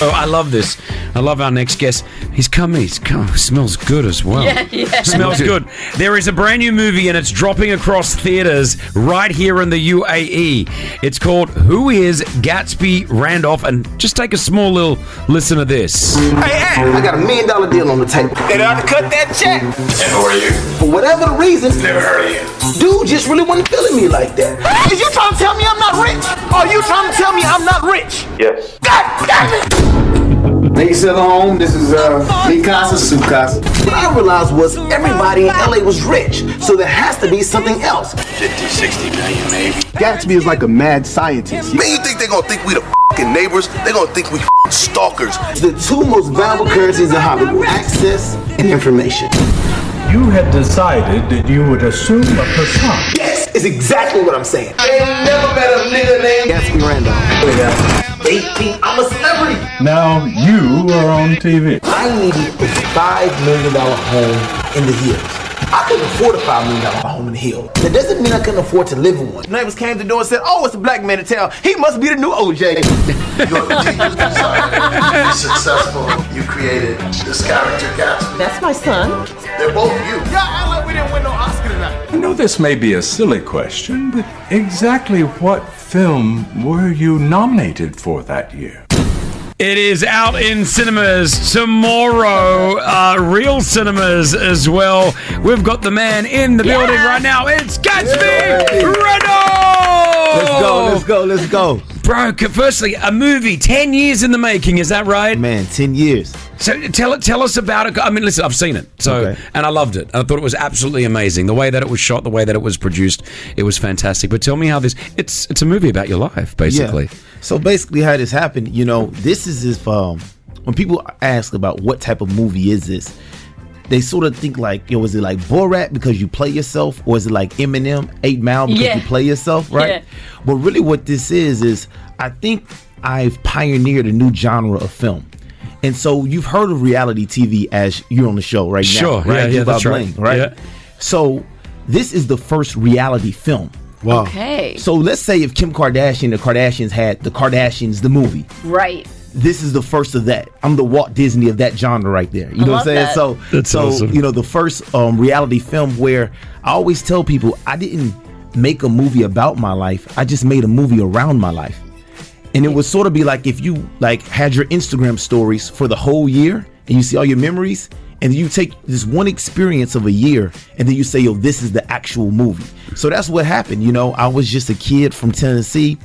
Oh, I love this. I love our next guest. He's coming. He's come. Smells good as well. Yeah, yeah. Smells good. There is a brand new movie and it's dropping across theaters right here in the UAE. It's called Who is Gatsby Randolph? And just take a small little listen to this. I got a million dollar deal on the table. They ought to cut that check. And who are you? For whatever the reason, Never heard of you. dude just really wasn't feeling me like that. Is you trying to tell me I'm not rich? Are you trying to tell me I'm not rich? Yes. God damn it! Niggas at home, this is uh, Mikasa Sukasa. What I realized was everybody in LA was rich, so there has to be something else. 50, 60 million, maybe. Gatsby is like a mad scientist. Man, you think they gonna think we the fucking neighbors? They gonna think we f***ing stalkers. The two most valuable currencies in Hollywood access and information. You had decided that you would assume a persona. Yes, is exactly what I'm saying. I ain't never met a nigga named Gatsby Randolph. They think uh, I'm a celebrity. Now you are on TV. I needed a five million dollar home in the hills. I couldn't afford a five million dollar home in the hills. That doesn't mean I couldn't afford to live in one. Neighbors came to the door and said, "Oh, it's a black man in town. He must be the new OJ." You're successful. You created this character, Gatsby. That's my son. They're both you. Y'all act like we didn't win no Oscar tonight. I know this may be a silly question, but exactly what film were you nominated for that year? It is out in cinemas tomorrow, uh, real cinemas as well. We've got the man in the building right now. It's Gatsby Reynolds. Let's go, let's go, let's go. Oh! Bro, c- firstly, a movie, 10 years in the making, is that right? Man, 10 years. So tell it, tell us about it. I mean, listen, I've seen it, so and I loved it. I thought it was absolutely amazing. The way that it was shot, the way that it was produced, it was fantastic. But tell me how this it's it's a movie about your life, basically. Yeah. So basically, how this happened, you know, this is if um, when people ask about what type of movie is this, they sort of think like, yo, is it like Borat because you play yourself, or is it like Eminem, Eight Mile because Yeah. you play yourself, right? Yeah. But really, what this is is I think I've pioneered a new genre of film. And so you've heard of reality TV as you're on the show right now, Sure. Yeah, right? yeah, Diva that's right. Bling, right? Yeah. So this is the first reality film. Wow. Okay. So let's say if Kim Kardashian, the Kardashians had the Kardashians, the movie. Right. This is the first of that. I'm the Walt Disney of that genre right there. You I know what love I'm saying? that. So, That's so awesome. you know, the first um, reality film where I always tell people I didn't make a movie about my life. I just made a movie around my life. And it would sort of be like if you like had your Instagram stories for the whole year and you see all your memories and you take this one experience of a year and then you say, yo, this is the actual movie. So that's what happened. You know, I was just a kid from Tennessee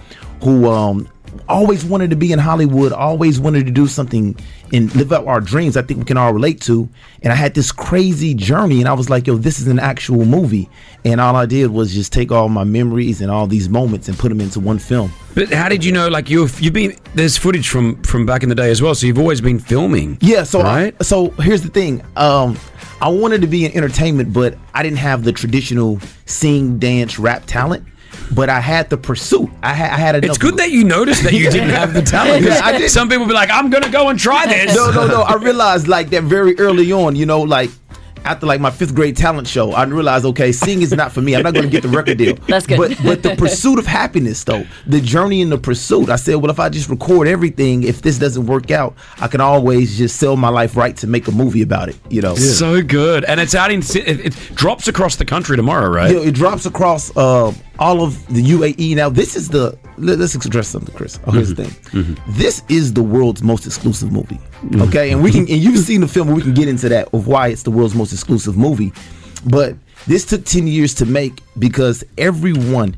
who um always wanted to be in Hollywood, always wanted to do something and live out our dreams. I think we can all relate to. And I had this crazy journey, and I was like, yo, this is an actual movie. And all I did was just take all my memories and all these moments and put them into one film. But how did you know? Like you've you've been there's footage from from back in the day as well. So you've always been filming. Yeah, so I, so here's the thing. Um I wanted to be in entertainment, but I didn't have the traditional sing, dance, rap talent. But I had the pursuit. I, ha- I had enough. It's good that you noticed [laughs] that you didn't have the talent. 'cause Yeah, I didn't. Some people be like, I'm gonna go and try this. [laughs] No, no, no. I realized like that very early on, you know, like after like my fifth grade talent show, I realized, okay, singing is not for me. I'm not going to get the record deal. [laughs] That's good. But but the pursuit of happiness, though, the journey in the pursuit. I said, well, if I just record everything, if this doesn't work out, I can always just sell my life right to make a movie about it. You know. So good. And it's out in, it, it drops across the country tomorrow, right? Yeah, it drops across uh, all of the UAE. Now, this is the let, us address something, Chris. Oh, here's the thing. This is the world's most exclusive movie. Mhm. Okay, and we can and you've seen the film. We can get into that of why it's the world's most exclusive movie, but this took ten years to make because everyone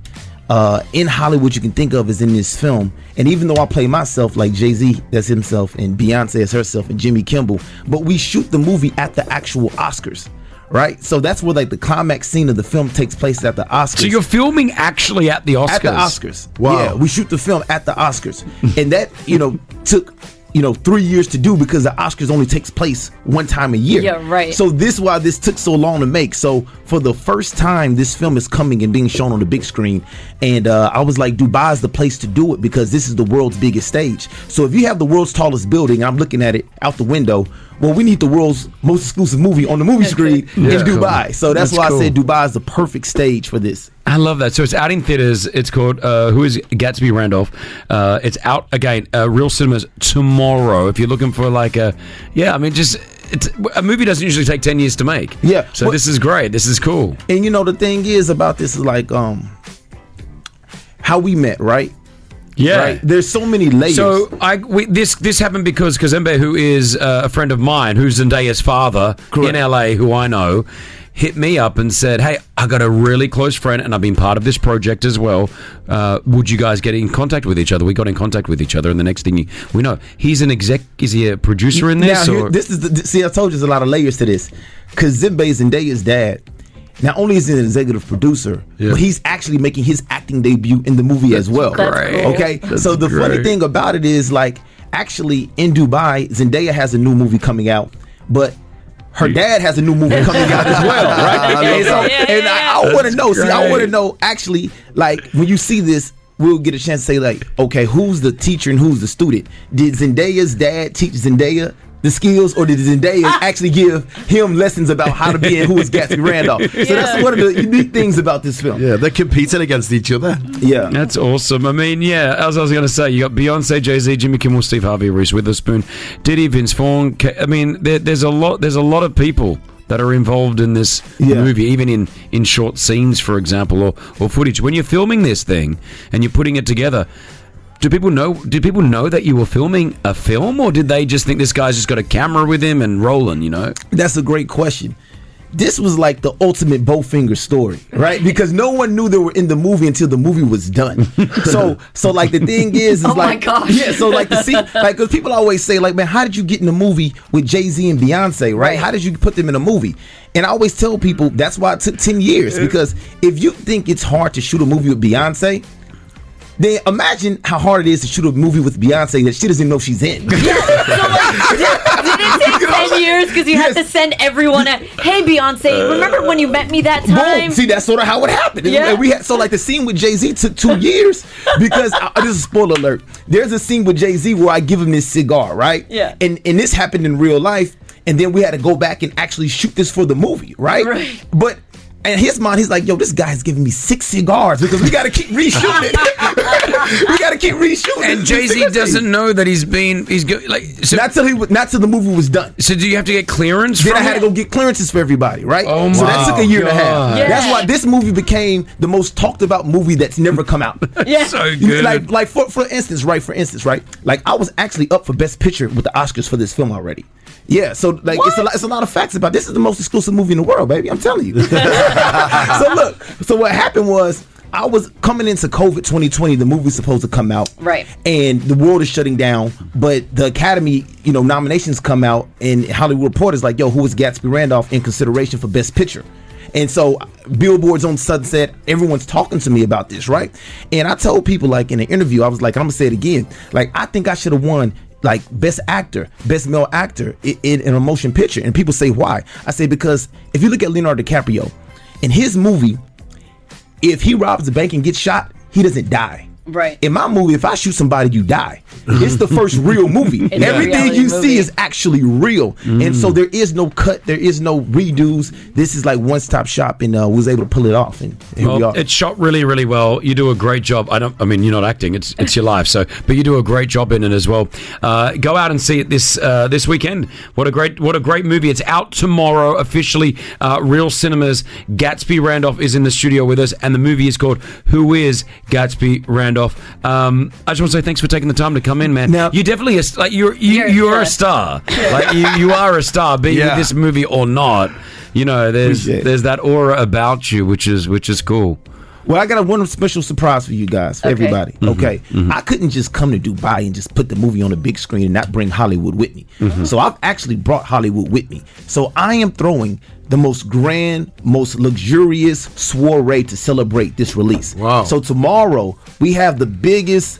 uh, in Hollywood you can think of is in this film. And even though I play myself, like Jay Z, that's himself, and Beyonce is herself, and Jimmy Kimball, but we shoot the movie at the actual Oscars. Right, so that's where like the climax scene of the film takes place at the Oscars. So you're filming actually at the Oscars. At the Oscars. Wow. Yeah, we shoot the film at the Oscars. and that, you know, [laughs] took, you know, three years to do because the Oscars only takes place one time a year. Yeah, right. So this why this took so long to make. So for the first time, this film is coming and being shown on the big screen. And uh, I was like, Dubai is the place to do it because this is the world's biggest stage. So if you have the world's tallest building, I'm looking at it out the window. Well, we need the world's most exclusive movie on the movie screen Yeah. in Dubai. So that's, That's why cool. I said Dubai is the perfect stage for this. I love that. So it's out in theaters. It's called uh, Who is Gatsby Randolph? Uh, it's out again. Uh, Real cinemas tomorrow. If you're looking for like a, yeah, I mean, just it's, a movie doesn't usually take ten years to make. Yeah. So Well- this is great. This is cool. And you know the thing is about this is like um how we met, right? Yeah. Right? There's so many layers. So I we, this this happened because Kazembe, who is uh, a friend of mine, who's Zendaya's father in LA, who I know, hit me up and said, "Hey, I got a really close friend, and I've been part of this project as well. Uh, would you guys get in contact with each other?" We got in contact with each other, and the next thing you, we know, he's an exec. Is he a producer in this? now, or? here- this is the, see, I told you there's a lot of layers to this. Because Zimbe Zendaya's dad, not only is he an executive producer, but he's actually making his acting debut in the movie as well. That's great. cool. Okay, That's so the funny great. thing about it is like actually in Dubai, Zendaya has a new movie coming out, but. Her dad has a [laughs] new movie coming out as well, right? I love and so- that. and I, I want to That's know. See, I great. want to know actually, like when you see this, we'll get a chance to say like, okay, who's the teacher and who's the student? Did Zendaya's dad teach Zendaya the skills, or did Zendaya actually give him lessons about how to be and who is Gatsby Randolph? So that's one of the unique things about this film. Yeah, they're competing against each other. Yeah. That's awesome. I mean, yeah, as I was going to say, you got Beyonce, Jay Z, Jimmy Kimmel, Steve Harvey, Reese Witherspoon, Diddy, Vince Vaughn. K- I mean, there, there's a lot. There's a lot of people that are involved in this movie, even in in short scenes, for example, or or footage. When you're filming this thing and you're putting it together. Do people know? Did people know that you were filming a film, or did they just think this guy's just got a camera with him and rolling? You know, That's a great question. This was like the ultimate Bowfinger story, right? Because no one knew they were in the movie until the movie was done. So, so like the thing is, is Oh my like, gosh. yeah. So like the scene, like because people always say, like, man, how did you get in the movie with Jay Z and Beyonce, right? How did you put them in a movie? And I always tell people that's why it took ten years because if you think it's hard to shoot a movie with Beyonce, then imagine how hard it is to shoot a movie with Beyonce that she doesn't even know she's in. [laughs] Did it take 10 years because you had to send everyone a, hey, Beyonce, remember when you met me that time? Uh, Boom. See, that's sort of how it happened. Yeah. And we had so like the scene with Jay Z took [laughs] two years because I, this is spoiler alert. There's a scene with Jay Z where I give him this cigar, right? Yeah. And and this happened in real life, and then we had to go back and actually shoot this for the movie, right? Right. But. in his mind, he's like, "Yo, this guy's giving me six cigars because we gotta keep [laughs] reshooting. [laughs] it. we gotta keep reshooting." And Jay Z doesn't know that he's been he's go, like so, not till he was- not till the movie was done. So do you have to get clearance? Then from I had it? to go get clearances for everybody, right? Oh so my that took a year and a half. God. Yeah. That's why this movie became the most talked about movie that's never come [laughs] out. Yeah. So good. Like, like for for instance, right? For instance, right? Like I was actually up for Best Picture with the Oscars for this film already. Yeah, so like it's a lot, it's a lot of facts about this is the most exclusive movie in the world, baby. I'm [laughs] telling you. [laughs] so look, so what happened was I was coming into COVID 2020. The movie's supposed to come out, Right. and the world is shutting down. But the Academy, you know, nominations come out, and Hollywood Reporter's like, "Yo, who was Gatsby Randolph in consideration for Best Picture?" And so, billboards on Sunset, everyone's talking to me about this, right? And I told people, like in an interview, I was like, "I'm gonna say it again. Like, I think I should have won." Like best actor, best male actor in, in in a motion picture, and people say why? I say because if you look at Leonardo DiCaprio, in his movie, if he robs the bank and gets shot, he doesn't die. Right. In my movie, if I shoot somebody, you die. It's the first real movie. It's a Everything reality you movie. see is actually real, and so there is no cut, there is no redos. This is like one stop shop, and uh, was able to pull it off. And here we Well, are. it's shot really, really well. You do a great job. I don't. I mean, you're not acting. It's it's your life. So, but you do a great job in it as well. Uh, go out and see it this uh, this weekend. What a great what a great movie. It's out tomorrow officially. Uh, Real cinemas. Gatsby Randolph is in the studio with us, and the movie is called Who Is Gatsby Randolph. Um, I just want to say thanks for taking the time to come in, man. Now, you definitely a, s- like you're you, you're, a star. Like you, you are a star. Be Yeah. with this movie or not. You know, there's Appreciate it. there's that aura about you, which is which is cool. Well, I got one [laughs] special surprise for you guys, for Okay. everybody. Mhm, Okay, I couldn't just come to Dubai and just put the movie on a big screen and not bring Hollywood with me. Mm-hmm. So I've actually brought Hollywood with me. So I am throwing the most grand, most luxurious soiree to celebrate this release. Wow! So tomorrow we have the biggest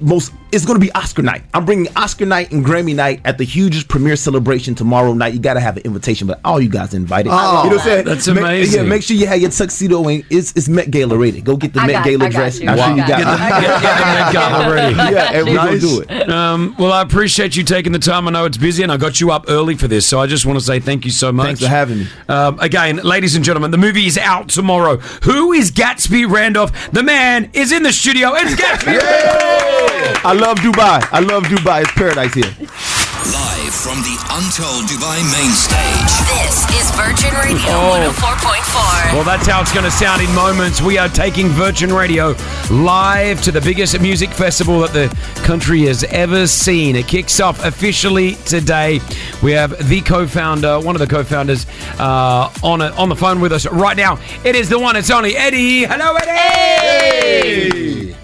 most it's going to be Oscar night. I'm bringing Oscar night and Grammy night at the hugest premiere celebration tomorrow night. You got to have an invitation, but all you guys are invited. Oh, you know what I'm saying? that's Make- amazing. yeah, make sure you have your tuxedo and it's it's Met Gala rated. Go get the I Met got- I Gala got dress. you. I'm sure Wow. you got. Get the- [laughs] get- get the Met Gala ready. Yeah, and we're gonna do it. Um, well, I appreciate you taking the time. I know it's busy, and I got you up early for this, so I just want to say thank you so much. Thanks for having me. Um, again, ladies and gentlemen, the movie is out tomorrow. Who is Gatsby Randolph? The man is in the studio. It's [laughs] Gatsby. I love Dubai. I love Dubai. It's paradise here. Live from the Untold Dubai main stage. This is Virgin Radio Oh. 104.4. Well, that's how it's going to sound in moments. We are taking Virgin Radio live to the biggest music festival that the country has ever seen. It kicks off officially today. We have the co-founder, one of the co-founders, uh, on a, on the phone with us right now. It is the one. It's only Eddie. Hello, Eddie.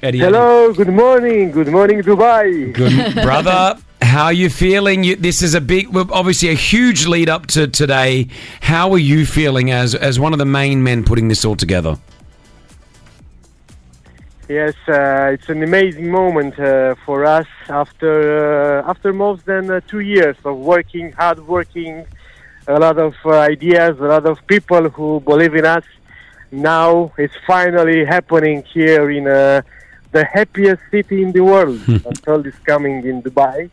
Eddie. Hello, good morning, good morning, Dubai. Good brother. How are you feeling? You, this is a big, well, obviously a huge lead up to today. How are you feeling as as one of the main men putting this all together? [laughs] Yes, uh, it's an amazing moment uh, for us after uh, after more than uh, two years of working, hard working, a lot of uh, ideas, a lot of people who believe in us. Now it's finally happening here in uh, the happiest city in the [laughs] world. Until is coming in Dubai.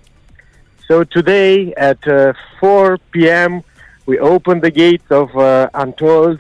So today at uh, 4 p.m. we open the gates of uh, Untold,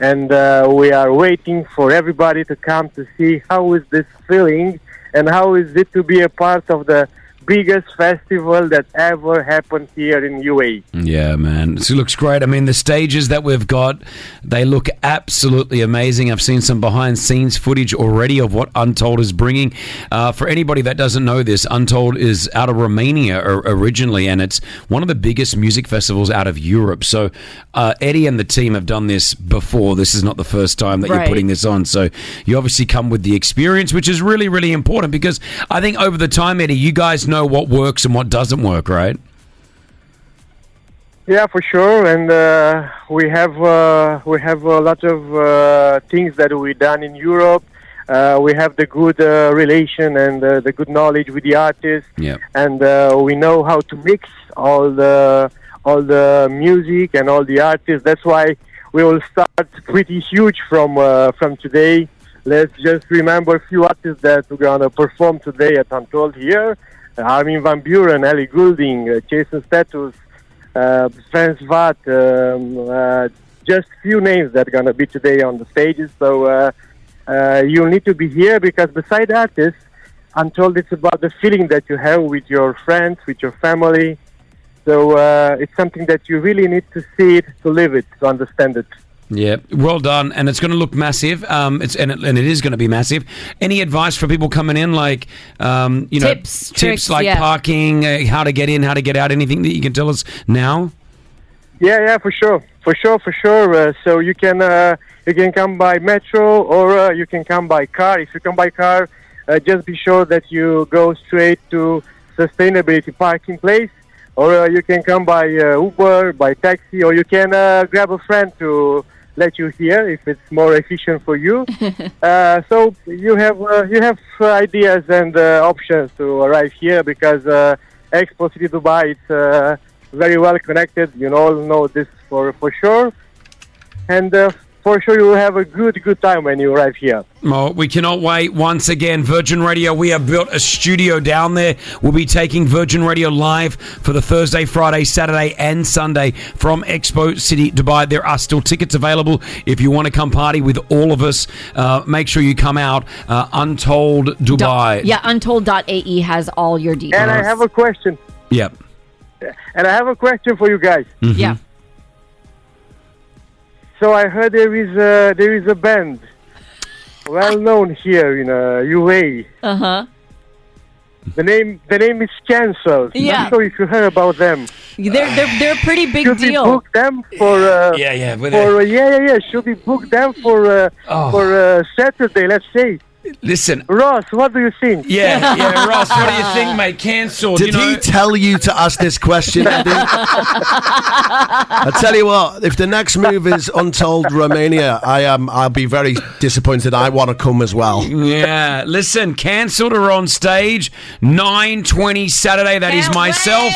and uh, we are waiting for everybody to come to see how is this feeling and how is it to be a part of the biggest festival that ever happened here in E. UAE. Yeah, man. It looks great. I mean, the stages that we've got, they look absolutely amazing. I've seen some behind scenes footage already of what Untold is bringing. Uh, for anybody that doesn't know this, Untold is out of Romania or, originally, and it's one of the biggest music festivals out of Europe. So, uh, Eddie and the team have done this before. This is not the first time that you're Right. putting this on. So, you obviously come with the experience, which is really, really important because I think over the time, Eddie, you guys know what works and what doesn't work, right? Yeah, for sure, and uh, we have uh, we have a lot of uh, things that we done in Europe. Uh, we have the good uh, relation and uh, the good knowledge with the artists, Yeah. and uh, we know how to mix all the all the music and all the artists. That's why we will start pretty huge from uh, from today. Let's just remember a few artists that we're gonna perform today at Untold here: uh, Armin van Buren, Ellie Goulding, uh, Jason Status, uh, Franz Vat, um, uh, just few names that are going to be today on the stages. So uh, uh, you'll need to be here because beside artists, I'm told it's about the feeling that you have with your friends, with your family. So uh, it's something that you really need to see it, to live it, to understand it. Yeah, well done, and it's going to look massive. Um, it's and it, and it is going to be massive. Any advice for people coming in, like um, you know, Tips, tips tricks, like yeah. parking, uh, how to get in, how to get out, anything that you can tell us now? Yeah, yeah, for sure, for sure, for sure. Uh, so you can uh, you can come by metro or uh, you can come by car. If you come by car, uh, just be sure that you go straight to sustainability parking place, or uh, you can come by uh, Uber, by taxi, or you can uh, grab a friend to let you here if it's more efficient for you. uh, so you have uh, you have uh, ideas and uh, options to arrive here because uh, Expo City Dubai it's uh, very well connected. You all know this for for sure. And uh, for sure you will have a good, good time when you arrive here. Oh, we cannot wait. Once again, Virgin Radio, we have built a studio down there. We'll be taking Virgin Radio live for the Thursday, Friday, Saturday, and Sunday from Expo City, Dubai. There are still tickets available if you want to come party with all of us. Uh, make sure you come out. Uh, Untold Dubai. Yeah, untold.ae E has all your details. And I have a question. Yep. And I have a question for you guys. Mhm. Yeah. So I heard there is a, there is a band well known here in uh, UAE. Uh huh. The name the name is Cancelled. Yeah. Not sure if you heard about them. They're they're, they're a pretty big should deal. we book them for? Uh, Yeah, yeah, For with uh, yeah, yeah, yeah. Should we book them for uh, for uh, Saturday? Let's say. Listen, Ross, what do you think? Yeah, [laughs] yeah, Ross, what do you think, mate? Cancelled. Did you know? he tell you to ask this [laughs] question, Eddie? I tell you what, if the next move is Untold Romania, I am. I'll be very disappointed. I want to come as well. Yeah, listen, cancelled are on stage, 9.20 Saturday, That is myself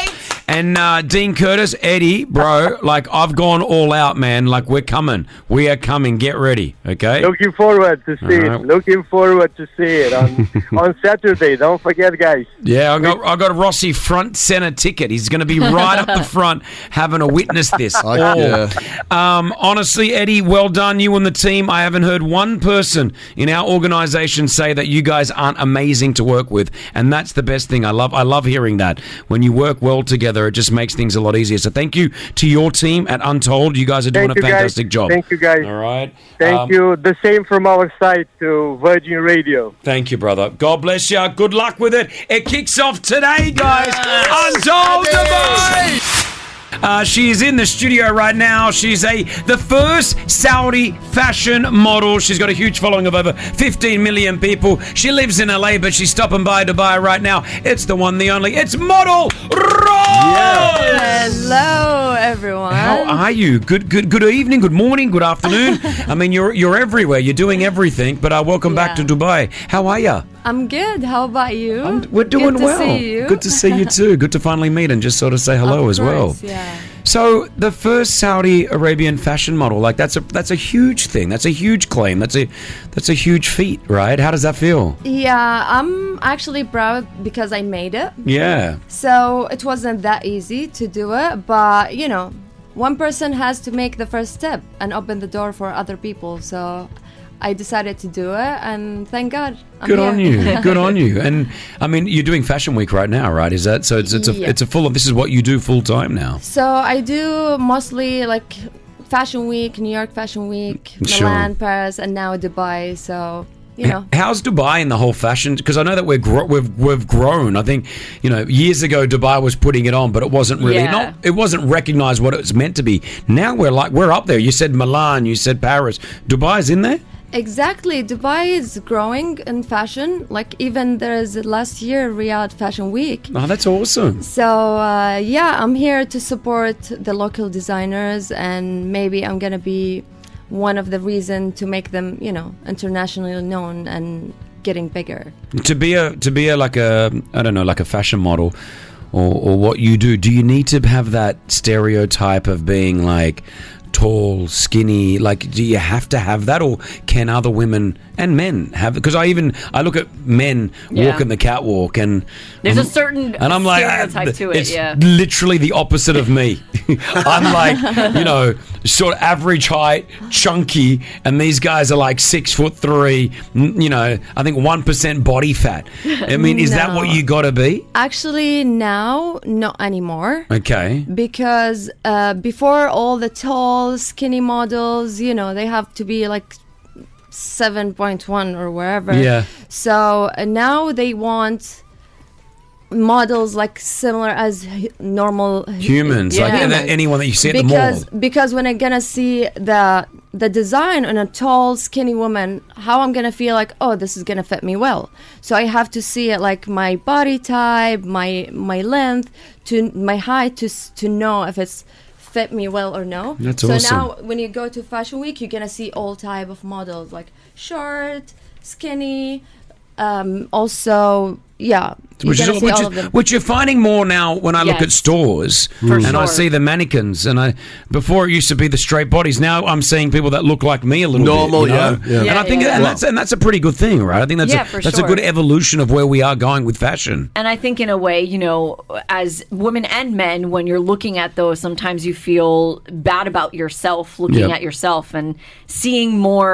and uh, Dean Curtis, Eddie, bro, like I've gone all out, man, like we're coming, we are coming, get ready, okay? Looking forward to see Alright. it. Looking forward to see it on on Saturday. Don't forget, guys. Yeah, I got I got a Rossi front center ticket. He's going to be right [laughs] up the front, having to witness this. Like, all. yeah. Um, honestly, Eddie, well done you and the team. I haven't heard one person in our organisation say that you guys aren't amazing to work with, and that's the best thing. I love I love hearing that. When you work well together, it just makes things a lot easier. So thank you to your team at Untold. You guys are doing Thank a you, guys. fantastic job. Thank you, guys. All right. Thank Um, you. The same from our side to Virgin Radio. Thank you, brother. God bless you. Good luck with it. It kicks off today, guys. Untold Oh, Dubai. Uh, she is in the studio right now. She's a the first Saudi fashion model. She's got a huge following of over 15 million people. She lives in LA, but she's stopping by Dubai right now. It's the one, the only. It's model Rose. Hello, everyone. How are you? Good, good, good evening. Good morning. Good afternoon. I mean, you're you're everywhere. You're doing everything. But uh, welcome back to Dubai. How are you? I'm good. How about you? We're doing good to well. See you. Good to see you too. Good to finally meet and just sort of say hello Of as well. course, Yeah. So the first Saudi Arabian fashion model, like that's a that's a huge thing. That's a huge claim. That's a that's a huge feat, right? How does that feel? [laughs] Yeah, I'm actually proud because I made it. Yeah. So it wasn't that easy to do it, but you know, one person has to make the first step and open the door for other people. So I decided to do it, and thank God. I'm Good here. on [laughs] you. Good on you. And I mean, you're doing Fashion Week right now, right? Is that so? It's it's a Yeah. it's a full of this is what you do full time now. So I do mostly like Fashion Week, New York Fashion Week, Sure. Milan, Paris, and now Dubai. So you know. How's Dubai in the whole fashion? Because I know that we're gro- we've we've grown. I think you know years ago Dubai was putting it on, but it wasn't really Yeah. not it wasn't recognized what it was meant to be. Now we're like we're up there. You said Milan, you said Paris, Dubai's in there. Exactly. Dubai is growing in fashion. Like even there is last year Riyadh Fashion Week. Oh, that's awesome. So uh, yeah, I'm here to support the local designers, and maybe I'm gonna be one of the reason to make them, you know, internationally known and getting bigger. To be a to be a like a I don't know like a fashion model, or or what you do. Do you need to have that stereotype of being like tall, skinny? Like, do you have to have that, or can other women and men have? Because I even I look at men Yeah. walking the catwalk, and There's a I'm- certain and I'm like ah, stereotype to it, It's yeah. literally the opposite of [laughs] me. I'm like you know sort of average height, chunky, and these guys are like six foot three. n- You know, I think one percent body fat. I mean, is that No. what you got to be? Actually, now not anymore. Okay. because uh, before all the tall skinny models you know they have to be like 7.1 or wherever Yeah. so uh, now they want models like similar as hu- normal hu- Humans, like Yeah. and that- anyone that you see at because the mall. because when i'm gonna see the the design on a tall skinny woman how i'm gonna feel like oh this is gonna fit me well so i have to see it like my body type my my length to my height to s- to know if it's fit me well or no That's so awesome. now when you go to fashion week you're gonna see all type of models like short skinny um also yeah, you're Which, gonna is, see which, all is- of them. which you're finding more now when I look Yes. at stores For and I sure. see the mannequins and I before it used to be the straight bodies now I'm seeing people that look like me a little Normal, bit, you know? yeah, yeah. and Yeah, I think yeah. and that's and that's a pretty good thing right I think that's Yeah, a, for that's a sure. good evolution of where we are going with fashion And I think, in a way, you know, as women and men, when you're looking at those, sometimes you feel bad about yourself, looking Yeah. at yourself and seeing more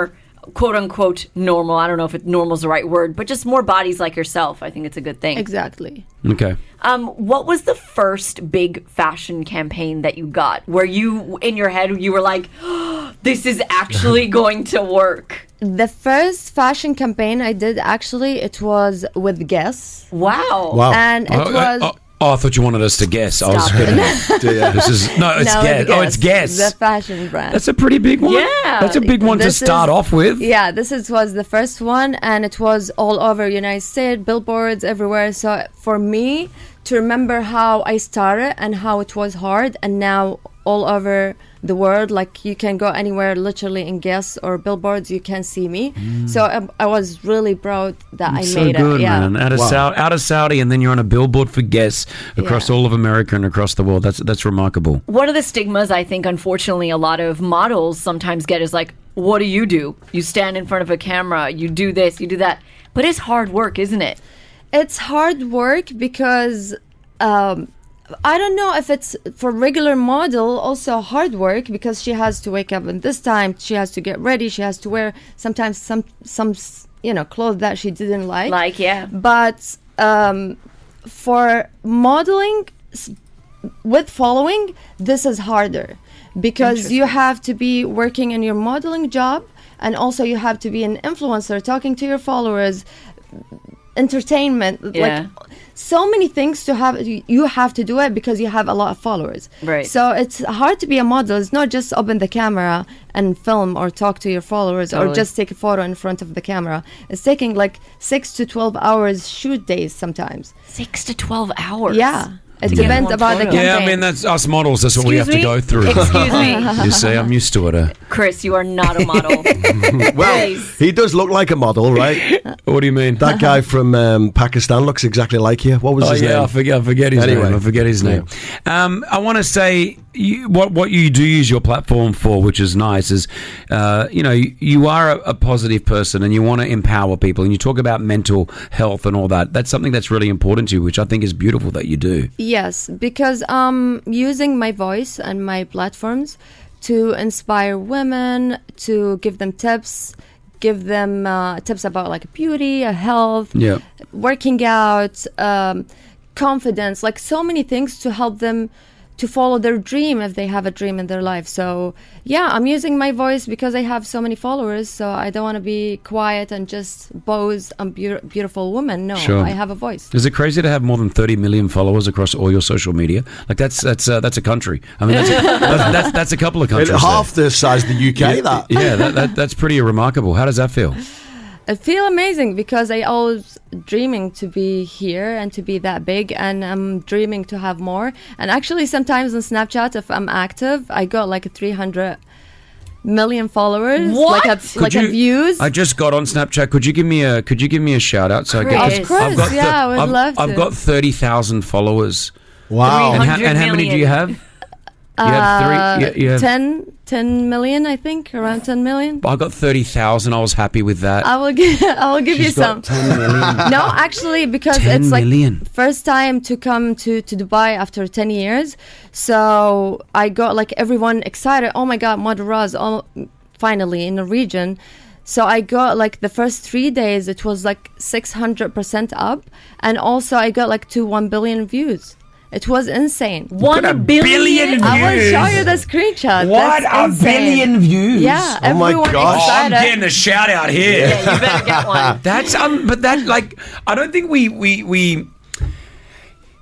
quote unquote normal. I don't know if it normal's the right word, but just more bodies like yourself. I think it's a good thing. Exactly. okay Um, what was the first big fashion campaign that you got where you, in your head, you were like, [gasps] this is actually going to work? The first fashion campaign I did actually it was with Guess. Wow. wow And it oh, was oh, oh, I thought you wanted us to guess I was Stop [laughs] gonna this is no it's guess oh it's guess The fashion brand. That's a pretty big one. Yeah. That's a big one to This is- start off with. Yeah, this is was the first one and it was all over United States, billboards everywhere. So for me to remember how I started and how it was hard and now all over the world like you can go anywhere literally in guess or billboards you can see me. Mm. So I, I was really proud that I so made good, it. Yeah. man. Out of, Wow. Saudi, out of Saudi, and then you're on a billboard for Guess across all of America and across the world. That's that's remarkable. One of the stigmas I think, unfortunately, a lot of models sometimes get is like, what do you do? You stand in front of a camera, you do this, you do that. But it's hard work, isn't it? It's hard work because um, I don't know if it's for regular model also hard work because she has to wake up at this time. She has to get ready. She has to wear sometimes some some you know clothes that she didn't like. Like, yeah. But um, for modeling s- with following, this is harder because you have to be working in your modeling job and also you have to be an influencer talking to your followers entertainment Yeah. like so many things to have you you have to do it because you have a lot of followers Right. so it's hard to be a model it's not just open the camera and film or talk to your followers or Totally. just take a photo in front of the camera it's taking like 6 to 12 hours shoot days sometimes 6 to 12 hours yeah it Yeah. depends about the campaign Yeah, I mean that's us models. That's what we have Excuse to go me? through. Excuse [laughs] me. you see, I'm used to it. Uh, Chris, you are not a model. well, he does look like a model, right? [laughs] what do you mean? That guy from um, Pakistan looks exactly like you. What was Oh, his yeah, name? I forget. I forget his Anyway. name. I forget his name. Um, I want to say you, what what you do use your platform for, which is nice, is uh, you know you, you are a, a positive person and you want to empower people, and you talk about mental health and all that. That's something that's really important to you, which I think is beautiful that you do. Yes, because I'm using my voice and my platforms to inspire women, to give them tips, give them uh, tips about like beauty, uh, health, Yeah. working out, um, confidence, like so many things to help them to follow their dream if they have a dream in their life. So, yeah, I'm using my voice because I have so many followers, so I don't want to be quiet and just pose I'm beau- beautiful woman. No, Sure. I have a voice. Is it crazy to have more than 30 million followers across all your social media? Like that's that's uh, that's a country. I mean, that's [laughs] that's, that's, that's a couple of It's countries. half the size of the there. UK. That yeah, yeah, that, that, that's pretty remarkable. How does that feel? I feel amazing because I always dreaming to be here and to be that big, and I'm dreaming to have more. And actually, sometimes on Snapchat, if I'm active, I got like 300 million followers, What? like a, Could like a you- views. I just got on Snapchat. Could you give me a Could you give me a shout out? So I Chris. get Of course, yeah, I would have love I've to. got thirty thousand followers. Wow. And, how- 300 and how many do you million. have? You have three. Uh, You, you have, 10, 10 million, I think, around 10 million. I got thirty thousand. I was happy with that. I will give. [laughs] I will give She's you some. got 10 million. [laughs] no, actually, because 10 it's like million. first time to come to to Dubai after ten years. So I got like everyone excited. Oh my God, Madras! All finally in the region. So I got like the first three days, it was like six hundred percent up, and also I got like two one billion views. It was insane. One Got a billion? billion I will show views. you the screenshot. What? That's A insane. billion views? Yeah. Oh my everyone gosh. Oh, I'm excited. getting a shout out here. Yeah, you better get one. [laughs] That's um, but that like I don't think we we we.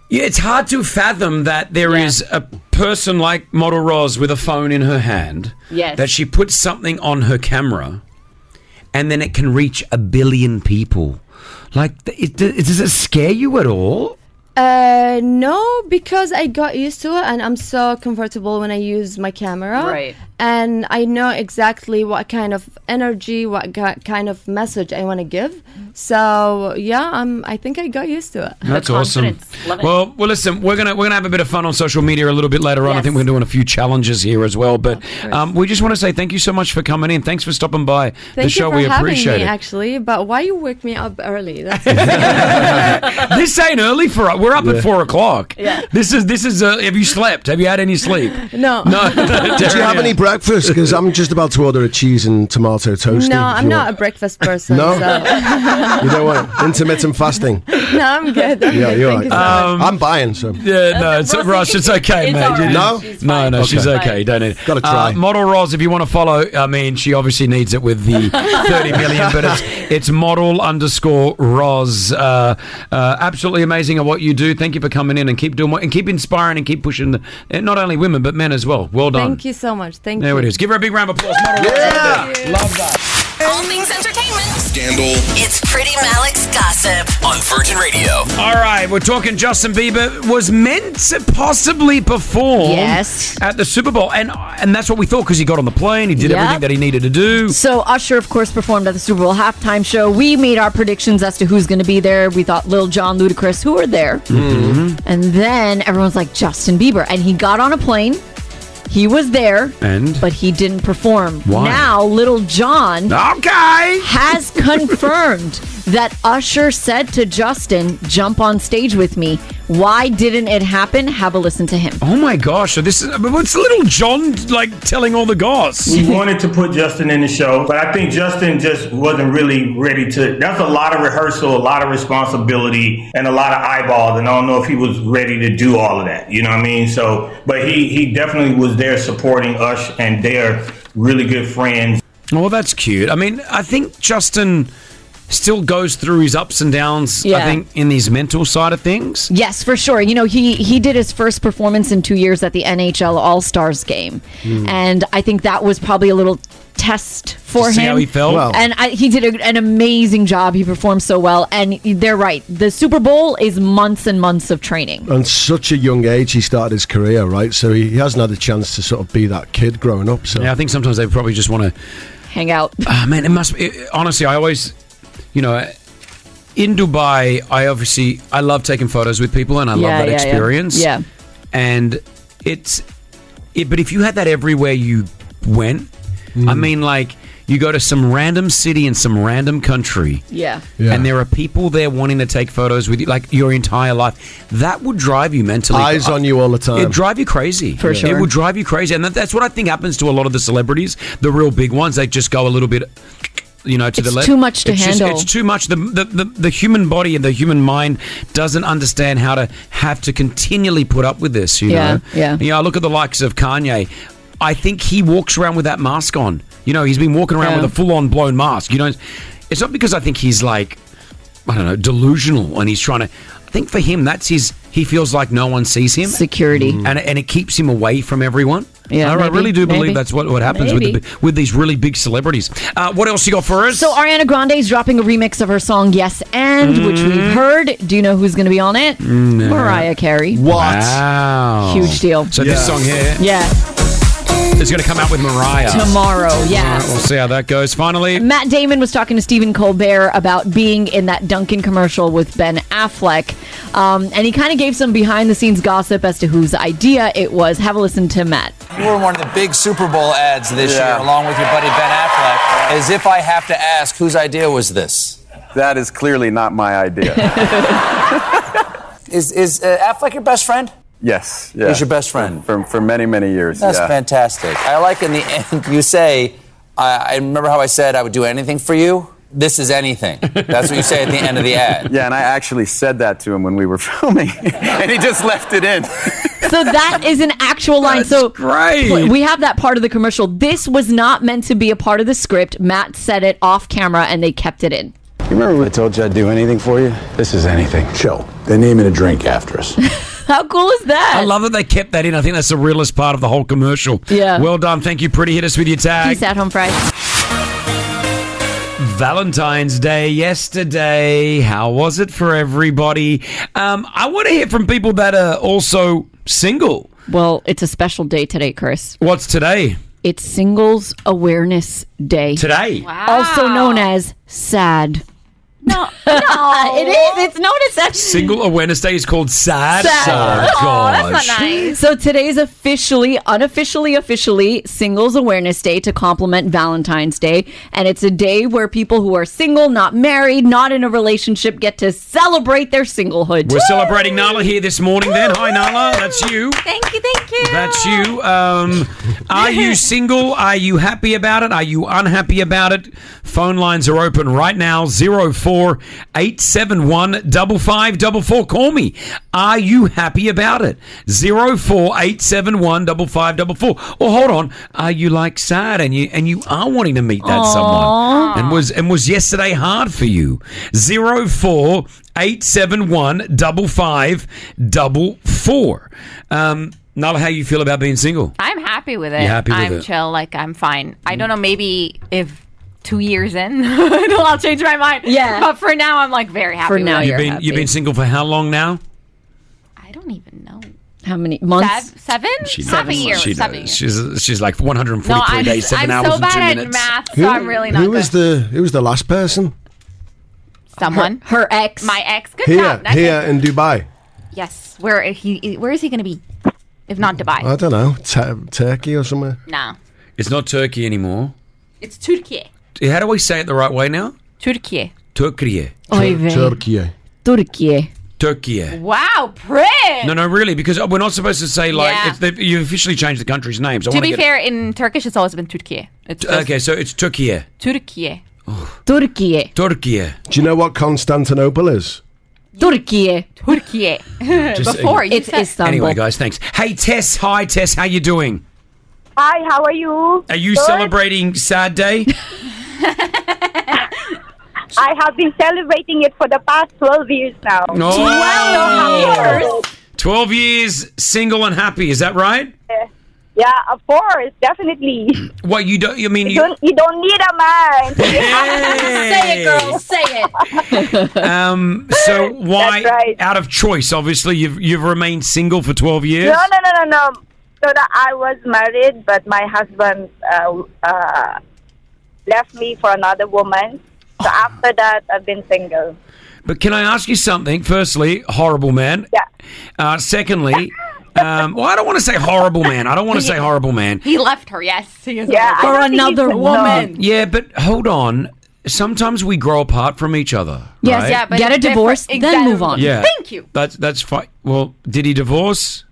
Yeah, it's hard to fathom that there is a person like Model Roz with a phone in her hand. Yes. That she puts something on her camera, and then it can reach a billion people. Like, th- it, it, does it scare you at all? Uh, no, because I got used to it and I'm so comfortable when I use my camera. Right. and I know exactly what kind of energy, what ki- kind of message I want to give. So yeah, I'm, I think I got used to it. That's awesome. Love it. Well, well, listen, we're gonna we're gonna have a bit of fun on social media a little bit later on. I think we're doing a few challenges here as well. But um, we just want to say thank you so much for coming in. Thanks for stopping by Thank the show. you for we having appreciate me, it. actually. But why you wake me up [laughs] early? That's this ain't early for us. We're up Yeah. at four o'clock. Yeah. This is this is. Uh, have you slept? Have you had any sleep? no. [laughs] No. Did you have any breakfast? Because I'm just about to order a cheese and tomato toast. No, I'm not a breakfast person. [laughs] No? so. You don't want intermittent fasting. [laughs] no, I'm good. I'm yeah, good. you're Thank right. you so much. Um, I'm buying some. Yeah, no, it's Ross. It's okay, it's mate. all right. You- No? no, no, she's Okay. okay. You Don't need. Gotta try. Uh, model Roz, if you want to follow, I mean, she obviously needs it with the thirty million, but it's, it's model underscore Roz. Uh, uh, absolutely amazing at what you do. Thank you for coming in and keep doing what and keep inspiring and keep pushing the, and not only women but men as well. Well done. Thank you so much. Thank there you. it is. Give her a big round of applause. Model Roz. Love that. All things entertainment. Scandal. It's Pretty Malik's Gossip. On Virgin Radio. All right, we're talking Justin Bieber was meant to possibly perform yes. at the Super Bowl, and and that's what we thought because he got on the plane, he did Yep. everything that he needed to do. So Usher, of course, performed at the Super Bowl halftime show. We made our predictions as to who's going to be there. We thought Lil Jon, Ludacris, who were there, Mm-hmm. and then everyone's like Justin Bieber, and he got on a plane. He was there, And but he didn't perform. Why? Now Little John, okay, [laughs] has confirmed that Usher said to Justin, "Jump on stage with me." Why didn't it happen? Have a listen to him. Oh my gosh, so this is but what's little John like telling all the goss? We wanted to put Justin in the show, but I think Justin just wasn't really ready to. That's a lot of rehearsal, a lot of responsibility, and a lot of eyeballs. And I don't know if he was ready to do all of that. You know what I mean? So, but he he definitely was there supporting us, and they're really good friends. Well, oh, that's cute. I mean, I think Justin still goes through his ups and downs. I Yeah. think in his mental side of things. Yes, for sure. You know, he he did his first performance in 2 years at the NHL All-Stars game. Hmm. And I think that was probably a little test for To him. see how he felt? Wow. And I, he did a, an amazing job. He performed so well and they're right. The Super Bowl is months and months of training. And such a young age, he started his career, right? So he, he hasn't had a chance to sort of be that kid growing up. So Yeah, I think sometimes they probably just want to Hang out. Ah, man, it must. Be, it- honestly, I always, you know, in Dubai, I obviously I love taking photos with people, and I Yeah, love that yeah, yeah. experience. Yeah. and it's it. But if you had that everywhere you went, I mean, like you go to some random city in some random country. Yeah. And there are people there wanting to take photos with you, like your entire life. That would drive you mentally. Eyes on you all the time. It'd drive you crazy. For sure. It would drive you crazy. And that, that's what I think happens to a lot of the celebrities, the real big ones. They just go a little bit, you know, to It's the left. too much to it's handle. it's too much. The, the, the, the human body and the human mind doesn't understand how to have to continually put up with this, you Yeah, know? yeah. You know, I look at the likes of Kanye. I think he walks around with that mask on. You know, he's been walking around Yeah. with a full on blown mask. You know, it's not because I think he's like, I don't know, delusional and he's trying to. I think for him, that's his. He feels like no one sees him. Security. And, and it keeps him away from everyone. Yeah, I, I maybe, really do believe maybe. that's what, what happens with, the, Maybe. bi- with these really big celebrities. Uh, what else you got for us? So Ariana Grande is dropping a remix of her song Yes and, Mm. which we've heard. Do you know who's going to be on it? No. Mariah Carey. Mm, Wow. Huge deal. So this song here Yeah. is going to come out with Mariah. Tomorrow, All right, yes. we'll see how that goes. Finally, Matt Damon was talking to Stephen Colbert about being in that Duncan commercial with Ben Affleck. Um, and he kind of gave some behind the scenes gossip as to whose idea it was. Have a listen to Matt. You were one of the big Super Bowl ads this Yeah. year, along with your buddy Ben Affleck. As if I have to ask, whose idea was this? That is clearly not my idea. Is is uh, Affleck your best friend? yes. Yeah. He's your best friend. For, for many, many years. That's yeah. fantastic. I like in the end you say, I, I remember how I said I would do anything for you. This is anything. That's what you say at the end of the [laughs] ad. Yeah, and I actually said that to him when we were filming, [laughs] and he just left it in. So that is an actual line. so great. pl- We have that part of the commercial. This was not meant to be a part of the script. Matt said it off camera and they kept it in. You remember when I told you I'd do anything for you? This is anything. Chill. They name it a drink after us. How cool is [laughs] that? I love that they kept that in. I think that's the realest part of the whole commercial. Yeah. Well done. Thank you, pretty. Hit us with your tag. Peace out, home fry. Valentine's Day yesterday. How was it for everybody? Um, I want to hear from people that are also single. Well, it's a special day today, Chris. What's today? It's Singles Awareness Day. Today. Also known as SAD. [laughs] No, it is. It's known as SAD. Single Awareness Day is called sad. Sad. Oh, gosh. So today's officially, unofficially, officially Singles Awareness Day to complement Valentine's Day. And it's a day where people who are single, not married, not in a relationship get to celebrate their singlehood. We're celebrating Nala here this morning. Then, hi Nala, that's you. Thank you, thank you. That's you. Um, are you single? Are you happy about it? Are you unhappy about it? Phone lines are open right now. Zero four eight seven one double five double four. Call me. Are you happy about it? Zero four eight seven one double five double four. Or hold on. Are you like sad and you and you are wanting to meet that someone? And was and was yesterday hard for you? Zero four eight seven one double five double four. Um, Nala, how you feel about being single? I'm happy with it. You're happy with I'm it. Mm. chill. Like I'm fine. I don't know. Maybe if two years in, [laughs] it'll- I'll change my mind. Yeah. But for now, I'm like very Oh, happy. with it. you've been you've been single for how long now? How many months? Sev- seven, half a year, She seven knows. She's she's like 143 No, I'm, days, 7 I'm hours so and 2 bad at minutes. math, so I'm really not who good. was the who was the last person Someone, her, ex, my ex. Good here job. Nice here job. in Dubai? yes, where he? Where is he going to be? If not Dubai, I don't know, Tur- Turkey or somewhere. no, It's not Turkey anymore. it's Turkey. How do we say it the right way now? Turkey. Turkey. Oy vey. Turkey. Turkey. Turkey. Wow, Prince. No, no, really, because we're not supposed to say like Yeah. it's they've you officially changed the country's names. I to wanna be get- fair, in Turkish, it's always been Turkey. It's T- Okay, so it's Turkey. Turkey. Turkey. Turkey. Do you know what Constantinople is? Turkey. Turkey. Before you it's said- Istanbul. uh, Anyway, guys, thanks. Hey, Tess. Hi, Tess. How you doing? Hi, how are you? Are you Good. celebrating Sad [laughs] Day? I have been celebrating it for the past 12 years now. No. 12 Twelve years single and happy. Is that right? Yeah, of course, definitely. What you don't? You mean You you? [laughs] don't, you don't need a [laughs] man. Say it, girl, say it. Um, so why? Out of choice, obviously. You've you've remained single for twelve years. No, no, no, no, no. So that I was married, but my husband uh, uh, left me for another woman. [sighs] So after that, I've been single. But can I ask you something? Firstly, horrible man. Yeah. Uh, secondly, um, well, I don't want to say horrible man. I don't want to say horrible man. He left her. Yes, he is Yeah, For I don't think another he's- woman. Yeah, but hold on. Sometimes we grow apart from each other. Yes, right? yeah, but get a divorce, then move on. Yeah. That's that's fine. Well, did he divorce?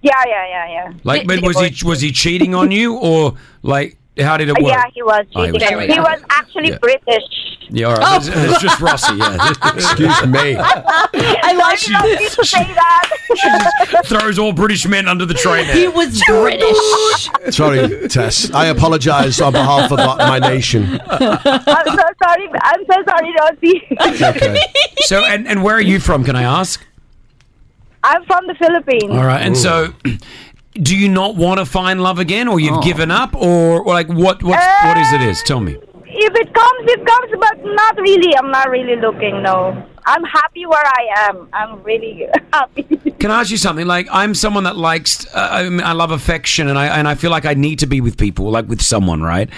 Yeah, yeah, yeah, yeah. Like, but was he was he cheating on you or like how did it work? Yeah, he was Oh, he cheating. was he, cheating. was actually British. Yeah, all right. Oh. It's, it's just Rossi. [laughs] [laughs] Yeah. Excuse me. I love you. Don't need to say that. Throws all British men under [laughs] the train. He was British. Sorry, Tess. I apologise on behalf of my nation. I'm so sorry. I'm so sorry, Rosie. so, and, and where are you from? Can I ask? [laughs] I'm from the Philippines. All right. And so, do you not want to find love again, or you've given up, or, or like what? What's, what is it? Is tell me. If it comes, it comes, but not really. I'm not really looking, no. I'm happy where I am. I'm really happy. Can I ask you something? Like, I'm someone that likes, uh, I, mean, I love affection, and I and I feel like I need to be with people, like with someone, right?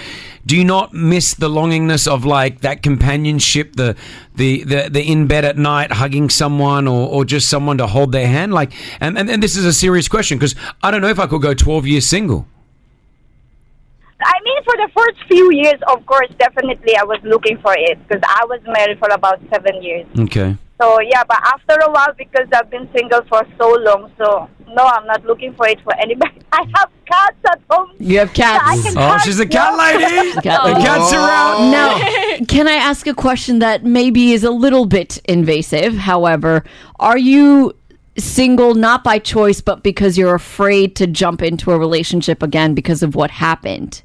Do you not miss the longingness of like that companionship, the the the, the in bed at night hugging someone, or, or just someone to hold their hand? Like, and and, and this is a serious question because I don't know if I could go 12 years single. [laughs] I mean, for the first few years, of course, definitely I was looking for it because I was married for about seven years. Okay. So, yeah, but after a while, because I've been single for so long, so no, I'm not looking for it for anybody. [laughs] I have cats at home. You have cats. I can Oh, hug she's a cat you. lady. [laughs] [laughs] The cats are out. [laughs] Now, can I ask a question that maybe is a little bit invasive? However, are you single not by choice, but because you're afraid to jump into a relationship again because of what happened?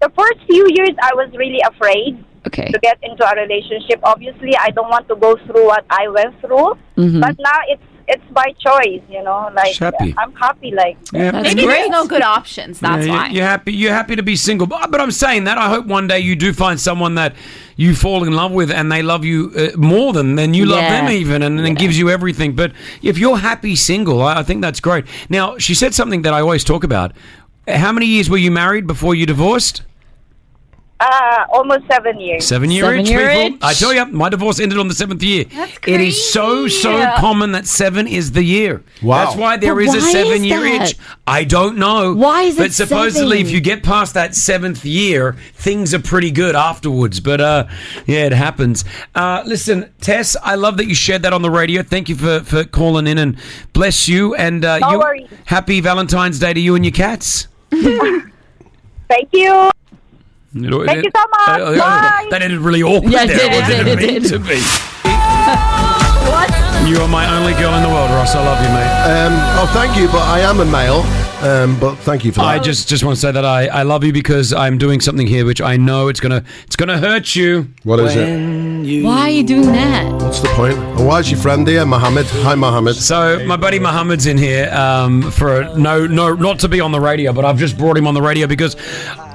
the first few years I was really afraid Okay. to get into a relationship. Obviously, I don't want to go through what I went through, Mm-hmm. Mhm. but now it's it's by choice, you know. Like She's happy. I'm happy. Like Yeah, That's Maybe great. there's no good options. That's Yeah, you- why. You're happy. You're happy to be single, but, but I'm saying that I hope one day you do find someone that you fall in love with, and they love you uh, more than than you love Yeah. them, even, and, and gives you everything. But if you're happy single, I, I think that's great. Now she said something that I always talk about. How many years were you married before you divorced? Uh, almost seven years. Seven year itch, people. I tell you, my divorce ended on the seventh year. That's It is so so Yeah. common that seven is the year. Wow. That's why there But is why a is seven year that? itch. I don't know. Why is it But supposedly, seven? if you get past that seventh year, things are pretty good afterwards. But uh, yeah, it happens. Uh, listen, Tess, I love that you shared that on the radio. Thank you for for calling in and bless you and uh, No you, worries. happy Valentine's Day to you and your [laughs] cats. Thank you. Thank you so much. Bye. That ended really awkward. Yeah, it there. did, it wasn't did, it meant did. to be. What? You are my only girl in the world, Ross. I love you, mate. Um, oh, thank you, but I am a male. Um, but thank you for that. I just just want to say that I, I love you because I'm doing something here which I know it's gonna it's gonna hurt you. What is it? Why are you doing that? What's the point? And why is your friend here, Mohammed? Hi, Mohammed. So my buddy Mohammed's in here um, for a, no no not to be on the radio, but I've just brought him on the radio because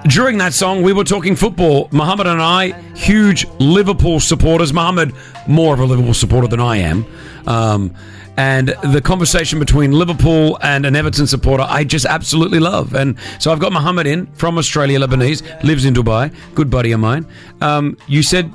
during that song we were talking football. Mohammed and I, huge Liverpool supporters. Mohammed more of a Liverpool supporter than I am. Um, and the conversation between Liverpool and an Everton supporter, I just absolutely love. And so I've got Mohammed in from Australia, Lebanese, lives in Dubai, good buddy of mine. Um, you said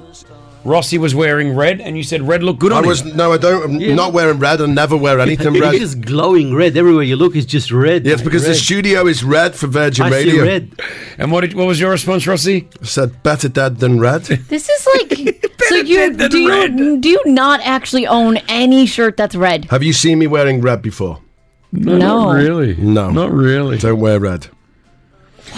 Rossi was wearing red, and you said red looked good I on him. was no, I don't. I'm not wearing red. I never wear [laughs] anything red. It is glowing red. Everywhere you look, it's just red. Yes, because the red. studio is red for Virgin I see Radio. red. And what did, what was your response, Rossi? I said better dead than [laughs] red. This is [laughs] like so. You do you do you not actually own any shirt that's red? Have you seen me wearing red before? No, not No. really. No, not really. Don't wear red.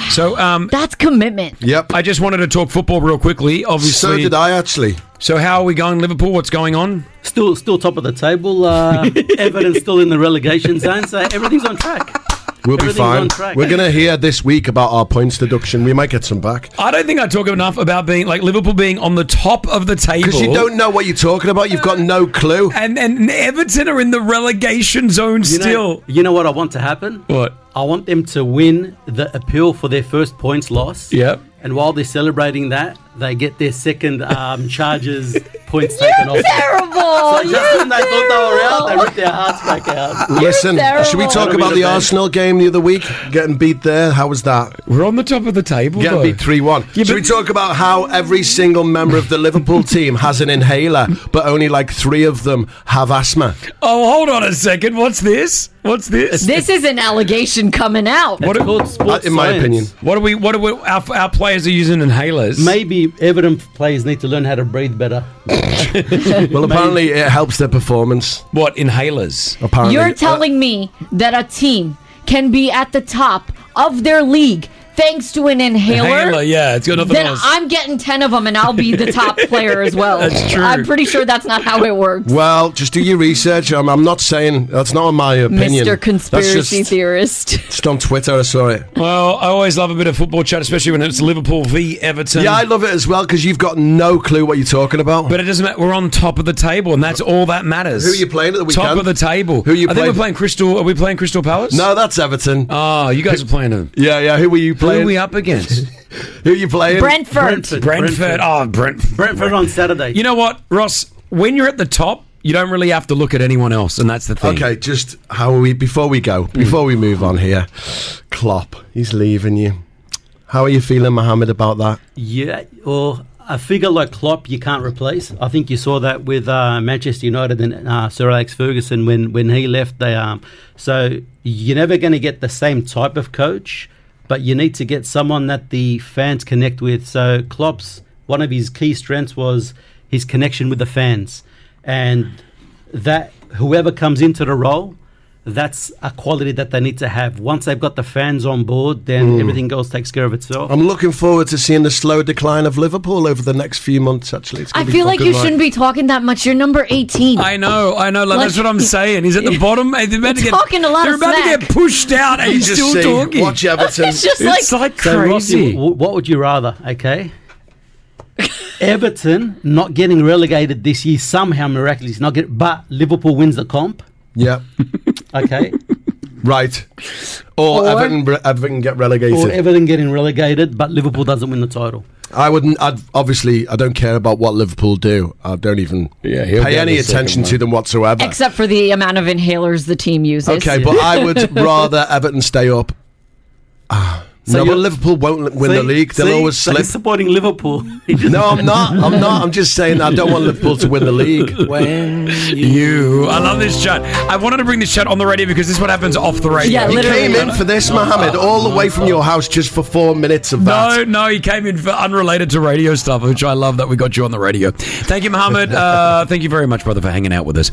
So um, that's commitment. Yep. I just wanted to talk football real quickly. Obviously, So did I actually. So how are we going, Liverpool? What's going on? Still, still top of the table. Uh, Everton's still in the relegation zone, so everything's on track. We'll be Everything's fine. on track. We're gonna hear this week about our points deduction. We might get some back. [laughs] I don't think I talk enough about being like Liverpool being on the top of the table Uh, Because you don't know what you're talking about, you've got no clue. And and Everton are in the relegation zone You know- still. you know what I want to happen? What? I want them to win the appeal for their first points loss. Yep. And while they're celebrating that, they get their second [laughs] um, charges points taken off. Terrible. So just when they thought they were out, they ripped their hearts back out. Listen, should we talk about the Arsenal game the other week? Getting beat there. How was that? We're on the top of the table. Getting though. beat 3 1. should we talk about how every single member of the Liverpool team has an inhaler, but only like three of them have asthma? Oh, hold on a second. What's this? What's this? This is an allegation coming out. are- in my science. opinion. What are we? What are we? Our, our players are using inhalers. Maybe Everton players need to learn how to breathe better. [laughs] well, apparently it helps their performance. What, inhalers? Apparently. You're telling me that a team can be at the top of their league thanks to an inhaler? Inhaler, yeah, it's got nothing Then else. I'm getting 10 of them and I'll be the [laughs] top player as well. That's true. I'm pretty sure that's not how it works. Well, just do your research. I'm, I'm not saying that's not my opinion. Mr. That's Conspiracy [laughs] just, Theorist. just on Twitter, I saw it. Well, I always love a bit of football chat, especially when it's Liverpool v Everton. Yeah, I love it as well because you've got no clue what you're talking about. But it doesn't matter. We're on top of the table, and that's all that matters. Who are you playing at the weekend? Top of the table. Who are you I think playing? we're playing Crystal. Are we playing Crystal Palace? No, that's Everton. Oh, you guys are playing them. Yeah, yeah. Who were you Who playing? are we up against? [laughs] Who are you playing? Brentford. Brentford. Oh, Brentford. Brentford on Saturday. You know what, Ross? When you're at the top, you don't really have to look at anyone else, and that's the thing. Okay, just how are we before we go, before we move on here, Klopp, he's leaving you. How are you feeling, Mohammed, about that? Yeah, or a figure like Klopp you can't replace. I think you saw that with uh, Manchester United and uh, Sir Alex Ferguson when when he left. They um, so you're never going to get the same type of coach, but you need to get someone that the fans connect with. So Klopp's one of his key strengths was his connection with the fans, and that whoever comes into the role. That's a quality that they need to have. Once they've got the fans on board, then Mm. everything else takes care of itself. I'm looking forward to seeing the slow decline of Liverpool over the next few months. Actually, It's I gonna be feel like fucking you right. shouldn't be talking that much. You're number 18. I know, I know. Like, Like- that's what I'm saying. He's at [laughs] the bottom. and They're about to get, Talking a lot They're of about smack. to get pushed out, and You he's just still see, talking. [laughs] watch Everton. It's just it's like- like So, Rossi, crazy. w- w- what would you rather? Okay. Everton not getting relegated this year somehow miraculously not get, but Liverpool wins the comp. Yeah. Okay. right. Or, Or- Everton, re- Everton get relegated. Or Everton getting relegated, but Liverpool doesn't win the title. I wouldn't. I'd, obviously, I don't care about what Liverpool do. I don't even he'll pay get any the second attention to one. them whatsoever. Except for the amount of inhalers the team uses. [laughs] okay, but I would rather Everton stay up. Ah, So no, but you're- Liverpool won't win the See? league. They'll See? always So he's slip. supporting Liverpool. No, I'm not. I'm not. I'm just saying I don't want Liverpool to win the league. When you, I love this shot. I wanted to bring this shot on the radio because this is what happens off the radio. uh, you came in for this, Mohammed, all the way from your house just for four minutes of that. No, no, he came in for unrelated to radio stuff, which I love that we got you on the radio. Thank you, Mohammed. Uh, thank you very much, brother, for hanging out with us.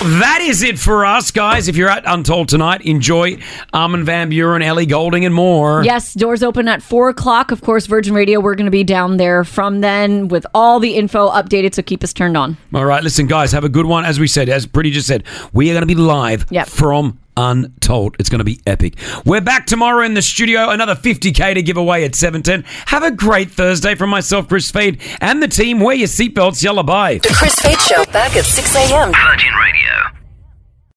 That is it for us, guys. If you're at Untold tonight, enjoy Armin Van Buren, Ellie Golding, and more. Yes, doors open at four o'clock. Of course, Virgin Radio. We're going to be down there from then with all the info updated. So keep us turned on. All right, listen, guys, have a good one. As we said, as Pretty just said, we are going to be live from Untold. It's going to be epic. We're back tomorrow in the studio. Another 50K to give away at 710. Have a great Thursday from myself, Chris Fade, and the team. Wear your seatbelts. Yalla bye. The Chris Fade Show back at 6 a.m. Virgin Radio.